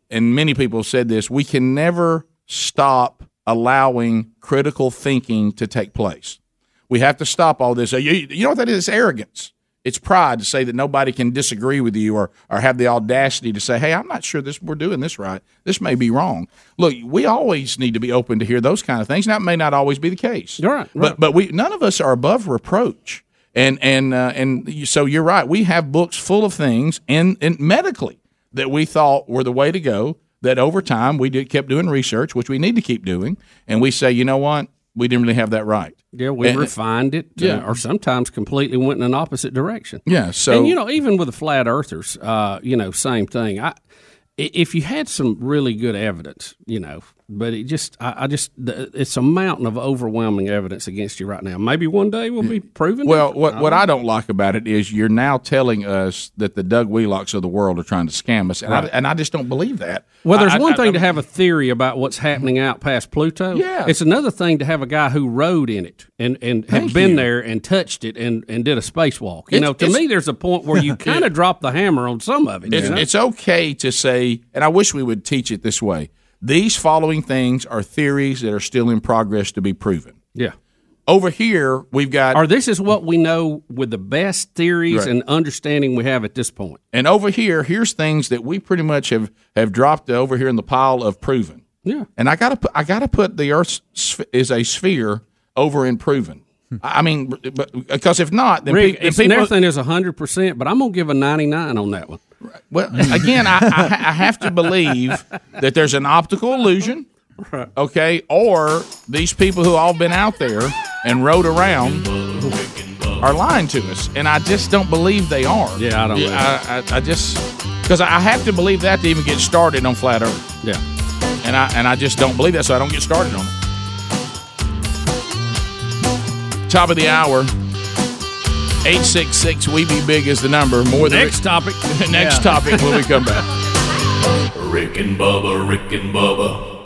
and many people have said this, we can never stop allowing critical thinking to take place. We have to stop all this. You, you know what that is? It's arrogance. It's pride to say that nobody can disagree with you or, or have the audacity to say, hey, I'm not sure this we're doing this right. This may be wrong. Look, we always need to be open to hear those kind of things. Now, it may not always be the case. You're right. But, but we, none of us are above reproach. And, and, uh, and you- so you're right. We have books full of things and, and medically that we thought were the way to go that over time we did, kept doing research, which we need to keep doing. And we say, you know what? We didn't really have that right. Yeah, we And- refined it, uh, Yeah. or sometimes completely went in an opposite direction. Yeah, so- and you know, even with the flat earthers, uh, you know, same thing. I, i- if you had some really good evidence, you know, but it just, I, I just, the, it's a mountain of overwhelming evidence against you right now. Maybe one day we'll be proven. Mm. Well, different. what, what don't I don't like about it is you're now telling us that the Doug Wheelocks of the world are trying to scam us, and, I, Right. and I just don't believe that. Well, there's I- I- one I- thing to have a theory about what's happening out past Pluto. Yeah. It's another thing to have a guy who rode in it and, and had Thank been you. there and touched it and, and did a spacewalk. You It's- know, to it's- me, there's a point where you kind of drop the hammer on some of it. you It's, know? it's okay to say, and I wish we would teach it this way. These following things are theories that are still in progress to be proven. yeah. Over here, we've got Or this is what we know with the best theories Right. and understanding we have at this point. And over here, here's things that we pretty much have have dropped over here in the pile of proven. Yeah. And I gotta put I gotta put the Earth sph- is a sphere over in proven. I I mean, because if not, then, Hmm. Rick, pe- then it's, people. everything is 100%, but I'm going to give a 99 on that one. Well, again, I, I, I have to believe that there's an optical illusion, okay, or these people who all been out there and rode around are lying to us, and I just don't believe they are. Yeah, I don't either. I, I, I just because I I have to believe that to even get started on flat Earth. Yeah, and I and I just don't believe that, so I don't get started on it. Top of the hour. 866 We Be Big is the number. More than Next topic. Next Yeah. topic when we come back. Rick and Bubba, Rick and Bubba.